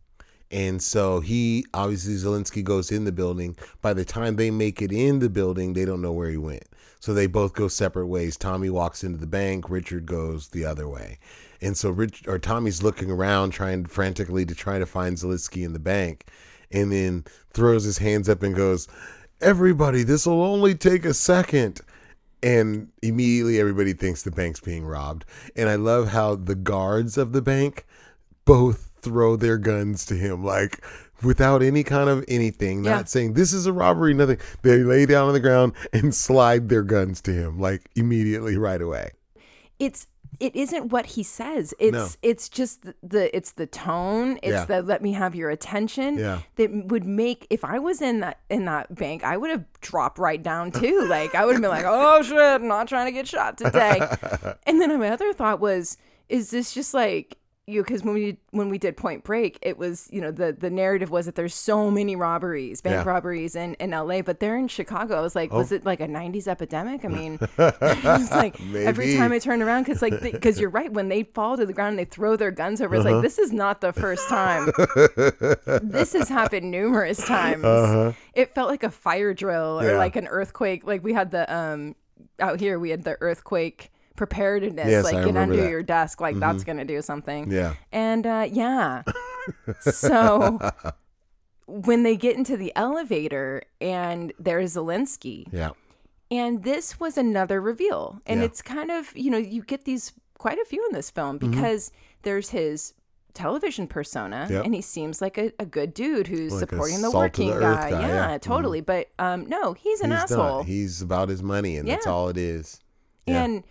And so he obviously Zelensky goes in the building. By the time they make it in the building, they don't know where he went. So they both go separate ways. Tommy walks into the bank, Richard goes the other way. And so Rich or Tommy's looking around trying frantically to try to find Zelensky in the bank and then throws his hands up and goes, "Everybody, this will only take a second and immediately everybody thinks the bank's being robbed. And I love how the guards of the bank both throw their guns to him, like without any kind of anything,
Yeah.
not saying this is a robbery, nothing. They lay down on the ground and slide their guns to him, like immediately right away.
it's it isn't what he says it's it's just the, the it's the tone it's
Yeah.
the let me have your attention
Yeah.
that would make if i was in that in that bank i would have dropped right down too like i would have been like oh shit I'm not trying to get shot today and then my other thought was is this just like you because when we when we did point break it was you know the the narrative was that there's so many robberies bank
Yeah. Oh.
robberies in in la but they're in chicago i was like was it like a 90s epidemic i mean it's like every
Maybe.
time I turn around, because like because you're right, when they fall to the ground and they throw their guns over, it's
Uh-huh.
like this is not the first time. this has happened numerous times. It felt like a fire drill or
Uh-huh. Yeah.
like an earthquake. Like we had the um out here, we had the earthquake preparedness.
Yes,
like
I
get
remember
under
that. Mm-hmm.
your desk, like that's gonna do something.
Yeah.
And uh, yeah. so when they get into the elevator and there's Zelensky.
Yeah.
And this was another reveal. And
Yeah.
it's kind of, you know, you get these quite a few in this film
Mm-hmm.
because there's his television persona
Yep.
and he seems like a, a good dude who's
Like a
supporting the
salt of the
working
earth
guy.
guy,
Yeah,
yeah. Mm-hmm.
totally. But um no, he's an
he's
asshole.
not. He's about his money, and that's
Yeah.
all it is. Yeah.
And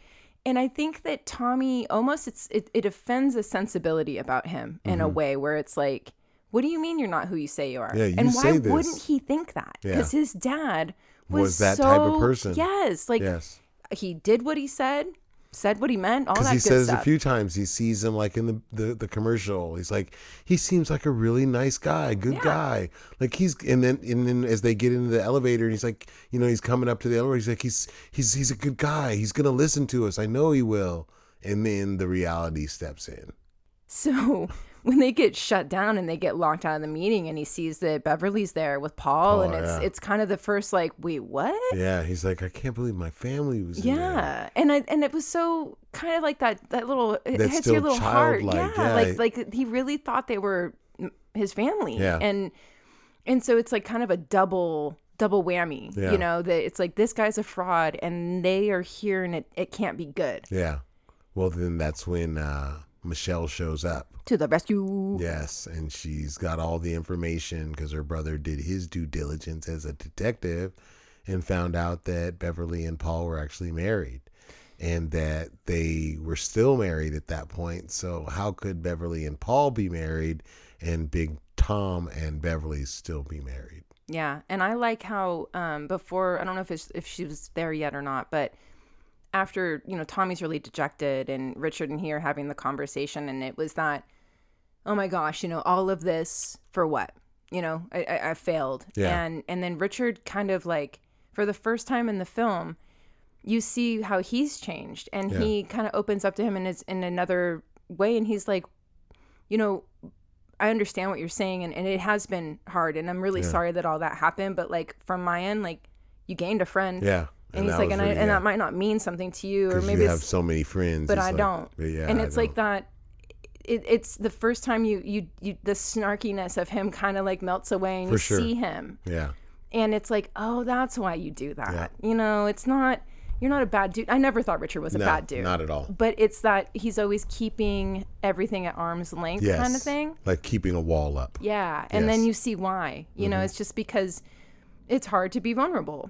and I think that Tommy almost it's it, it offends a sensibility about him in a way where it's like, what do you mean you're not who you say you are?
Mm-hmm. Yeah, you
and
say
why
this.
wouldn't he think that?
Yeah.
Because his dad was,
Was that type of
so-
person.
Yes, like
Yes.
he did what he said, said what he meant, all that
Because he
good
says
stuff.
a few times he sees him like in the, the, the commercial. He's like, he seems like a really nice guy, good guy. Like he's and then and then as they get into the elevator, he's like, you know, he's coming up to the elevator. He's like, he's he's he's a good guy. He's gonna listen to us. I know he will. And then the reality steps in.
so when they get shut down and they get locked out of the meeting, and he sees that Beverly's there with Paul,
Paul,
and it's
yeah.
it's kind of the first like, wait, what?
Yeah, he's like, I can't believe my family was.
Yeah,
in there."
and I and it was so kind of like that that little it
That's
hits
still
your little heart.
childlike, yeah.
like like he really thought they were mm, his family.
Yeah.
and and so it's like kind of a double double whammy.
Yeah.
You know that it's like this guy's a fraud, and they are here, and it it can't be good.
Yeah. Well, then that's when uh, Michelle shows up.
To the rescue.
Yes, and she's got all the information because her brother did his due diligence as a detective and found out that Beverly and Paul were actually married and that they were still married at that point. So, how could Beverly and Paul be married and Big Tom and Beverly still be married?
Yeah, and I like how um, before I don't know if it's, if she was there yet or not, but after you know Tommy's really dejected and Richard and he are having the conversation, and it was that, oh my gosh, you know all of this for what? You know I, I, I failed,
Yeah.
and and then Richard kind of like for the first time in the film, you see how he's changed, and
Yeah.
he kind of opens up to him in his, in another way, and he's like, you know, I understand what you're saying, and, and it has been hard, and I'm really
Yeah.
sorry that all that happened. But like from my end, like you gained a friend,
Yeah.
Mm. and, he's
that
like,
was
and I,
really-
and
yeah,
that might not mean something to you, or
'cause
maybe
you have
it's,
so many friends,
but
it's
I
like-
don't.
but yeah,
and
I
it's like
don't.
that. it, it's the first time you you, you the snarkiness of him kind of like melts away and
For
you
sure.
see him
Yeah.
and it's like oh that's why you do that you know it's not you're not a bad dude i never thought richard was a
No,
bad dude
not at all.
but it's that he's always keeping everything at arm's length
Yes.
kind of thing
Like keeping a wall up.
yeah and
Yes.
then
Mm-hmm.
you see why you know it's just because it's hard to be vulnerable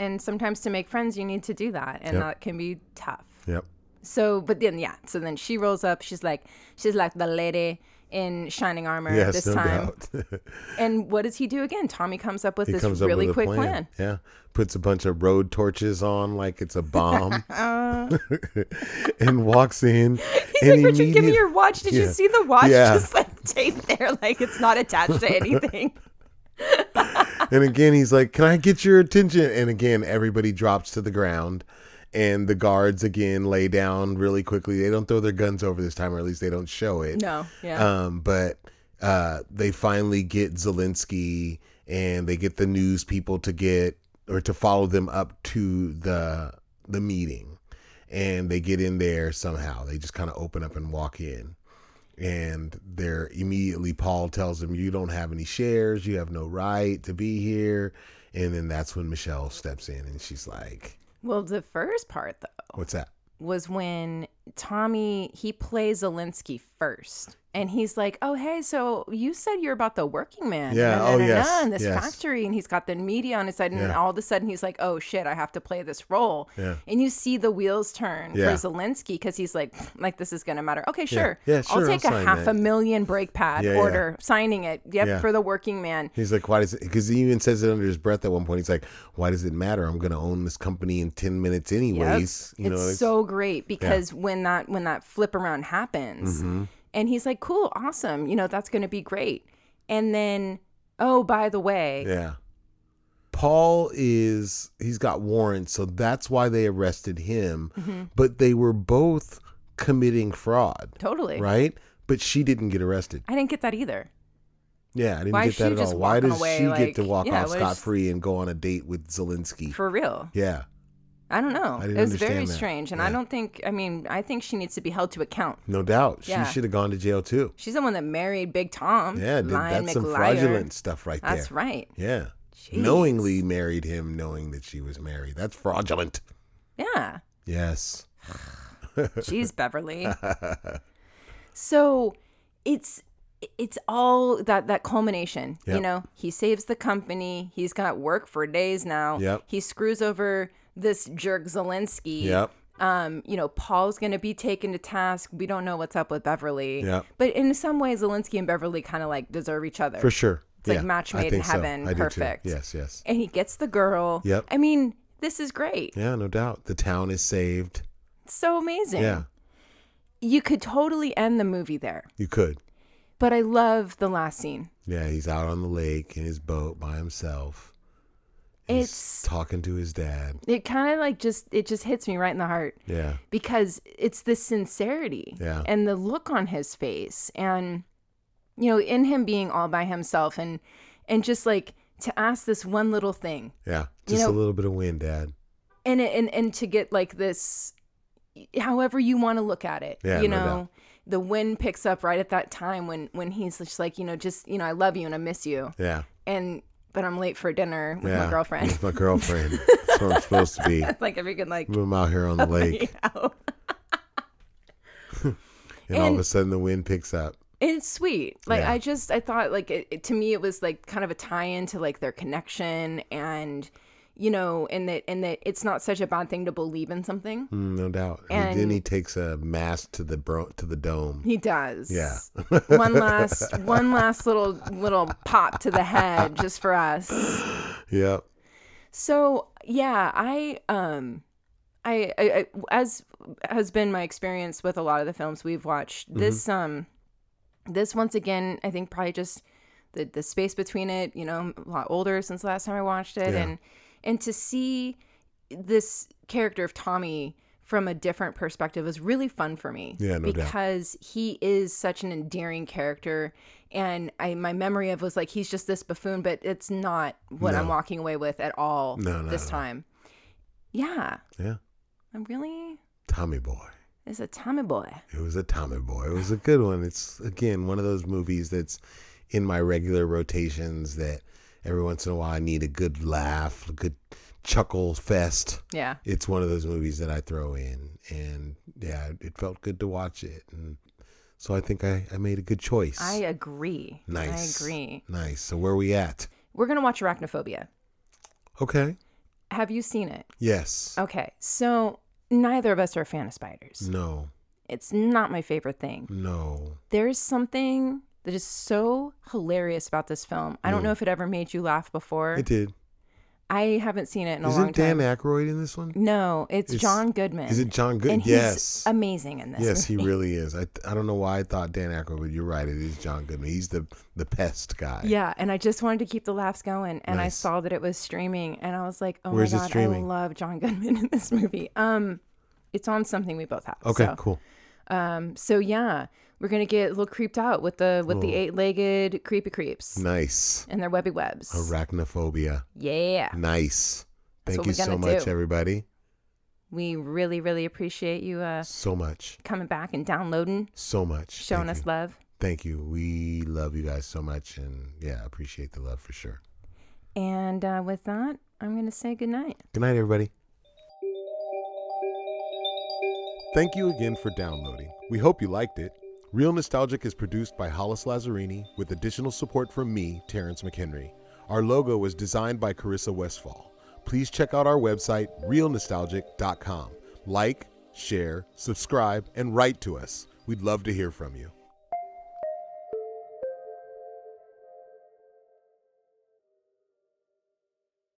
and sometimes to make friends you need to do that and
Yep.
that can be tough
Yep.
so, but then yeah. So then she rolls up. She's like, she's like the lady in shining armor
Yes,
this
no
time.
doubt.
And what does he do again? Tommy comes up with
he
this
comes up
really
with a
quick
plan. Yeah. Puts a bunch of road torches on like it's a bomb and walks in.
Uh. He's
and
like, Richard, give me
immediate-
your watch. Did
Yeah.
you see the watch?
Yeah.
Just like taped there, like it's not attached to anything.
And again, he's like, Can I get your attention? And again, everybody drops to the ground. And the guards again lay down really quickly. They don't throw their guns over this time, or at least they don't show it.
no. Yeah.
Um, but uh, they finally get Zelensky and they get the news people to get or to follow them up to the the meeting, and they get in there somehow. They just kind of open up and walk in, and they're immediately Paul tells them, "You don't have any shares. You have no right to be here." And then that's when Michelle steps in and she's like,
well, the first part though
"What's that?"
was when Tommy he plays Zelensky first. And he's like, "Oh hey, so you said you're about the working man,
Yeah,
na,
oh,
na, na,
yes,
na, in this
yes.
factory." And he's got the media on his side, and
Yeah.
all of a sudden he's like, "Oh shit, I have to play this role."
Yeah.
And you see the wheels turn
Yeah.
for Zelensky because he's like, "Like this is gonna matter." Okay, sure,
Yeah, sure,
I'll
I'll
take a
sign
half a
that.
million brake pad
Yeah, yeah.
order, signing it. Yep,
Yeah.
for the working man.
He's like, why does it? Because he even says it under his breath at one point. He's like, why does it matter? I'm going to own this company in 10 minutes, anyways. You
it's
know, it's-
so great because when that when that flip around
Mm-hmm.
happens and he's like cool awesome you know that's going to be great and then oh by the way
yeah. Paul is, he's got warrants. So that's why they arrested him.
Mm-hmm.
But they were both committing fraud,
totally
right? But she didn't get arrested.
i didn't get that either
Yeah, I didn't
Why
get
is
that
she
at
just
all. Why
walking
does
away,
she
like-
get to walk
yeah,
off
why is-
scot free and go on a date with Zelensky?
for real
yeah.
i don't know
I
it
didn't
was very
understand that.
strange and i
Yeah.
don't think i mean i think she needs to be held to account
No doubt.
Yeah.
She should have gone to jail too.
she's the one that married big tom
Yeah, dude,
Lion
that's some
McLiar.
fraudulent stuff right there.
that's right
Yeah.
Jeez.
Knowingly married him knowing that she was married. That's fraudulent.
yeah
Yes.
Jeez, Beverly. so it's it's all that that culmination. You
Yep.
know, he saves the company. He's got work for days now.
Yep.
He screws over this jerk Zelensky.
Yep.
Um, you know, Paul's going to be taken to task. We don't know what's up with Beverly.
Yep.
But in some ways, Zelensky and Beverly kind of like deserve each other.
For sure.
It's like match
I
made in
think so.
heaven.
I do too.
Perfect.
Yes, yes.
And he gets the girl.
Yep.
I mean, this is great.
Yeah, no doubt. The town is saved.
So amazing.
Yeah.
You could totally end the movie there.
You could.
But I love the last scene.
Yeah, he's out on the lake in his boat by himself. He's
It's
talking to his dad.
it kind of like just it just hits me right in the heart
Yeah.
because it's the sincerity
Yeah.
and the look on his face and you know in him being all by himself and and just like to ask this one little thing
Yeah.
You
Just
know-
a little bit of wind, dad.
and it- and and to get like this however you want to look at it
Yeah,
you
no
know
doubt.
the wind picks up right at that time when when he's just like you know just you know I love you and I miss you
Yeah.
and but I'm late for dinner with
yeah.
my girlfriend
With my girlfriend. That's where I'm supposed to be.
like if you can like
I'm out here on the lake.
out.
And, all of
And-
a sudden the wind picks up.
And it's sweet. Like
Yeah.
I just I thought like it, it- to me it was like kind of a tie in to like their connection and you know and that and that it's not such a bad thing to believe in something.
Mm, no doubt.
And-
and then he takes a mask to the bro- to the dome.
He does.
Yeah.
one last one last little little pop to the head just for us.
Yep.
So, yeah, I um I, I, I as has been my experience with a lot of the films we've watched this
Mm-hmm.
um this once again i think probably just the the space between it you know i'm a lot older since the last time i watched it
Yeah.
and and to see this character of tommy from a different perspective was really fun for me
Yeah, no doubt.
because he is such an endearing character and i my memory of was like he's just this buffoon but it's not what i'm
No.
walking away with at all
No, no,
this
no.
time yeah
Yeah.
i'm really
Tommy boy.
It's a Tommy boy.
It was a Tommy Boy. It was a good one. It's again one of those movies that's in my regular rotations that every once in a while I need a good laugh, a good chuckle fest.
Yeah.
It's one of those movies that I throw in and yeah, it felt good to watch it and so I think I, I made a good choice.
I agree.
nice.
I agree.
Nice. So where we at?
We're going to watch Arachnophobia.
Okay.
Have you seen it?
Yes.
Okay. So neither of us are a fan of spiders.
No.
It's not my favorite thing.
No.
There's something that is so hilarious about this film. I don't know if it ever made you laugh before.
It did.
I haven't seen it in a long
Isn't
time.
Dan Aykroyd in this one?
no, it's,
Is-
John Goodman.
Is it John Good?
And he's
yes.
amazing in this.
Yes, he
movie.
really is. I I don't know why I thought Dan Aykroyd, but you're right. It is John Goodman. He's the the pest guy.
Yeah, and I just wanted to keep the laughs going, and I
Nice.
saw that it was streaming, and I was like, "Oh
Where's it
my god, I
streaming?
love John Goodman in this movie." Um, it's on something we both have.
Okay.
So,
Cool.
um, so yeah, we're gonna get a little creeped out with the with
Oh.
the eight legged creepy creeps
Nice.
and their webby webs.
Arachnophobia.
Yeah,
Nice. Thank
what
you
we're
so
gonna
much,
do.
everybody.
we really really appreciate you uh
So much.
coming back and downloading,
So much.
showing
Thank
us
you.
love,
Thank you. We love you guys so much, and yeah, appreciate the love for sure.
and uh, with that, I'm gonna say good night.
Good night, everybody. Thank you again for downloading. We hope you liked it. Real Nostalgic is produced by Hollis Lazzarini with additional support from me, Terrence McHenry. Our logo was designed by Carissa Westfall. Please check out our website, realnostalgic.com. Like, share, subscribe, and write to us. We'd love to hear from you.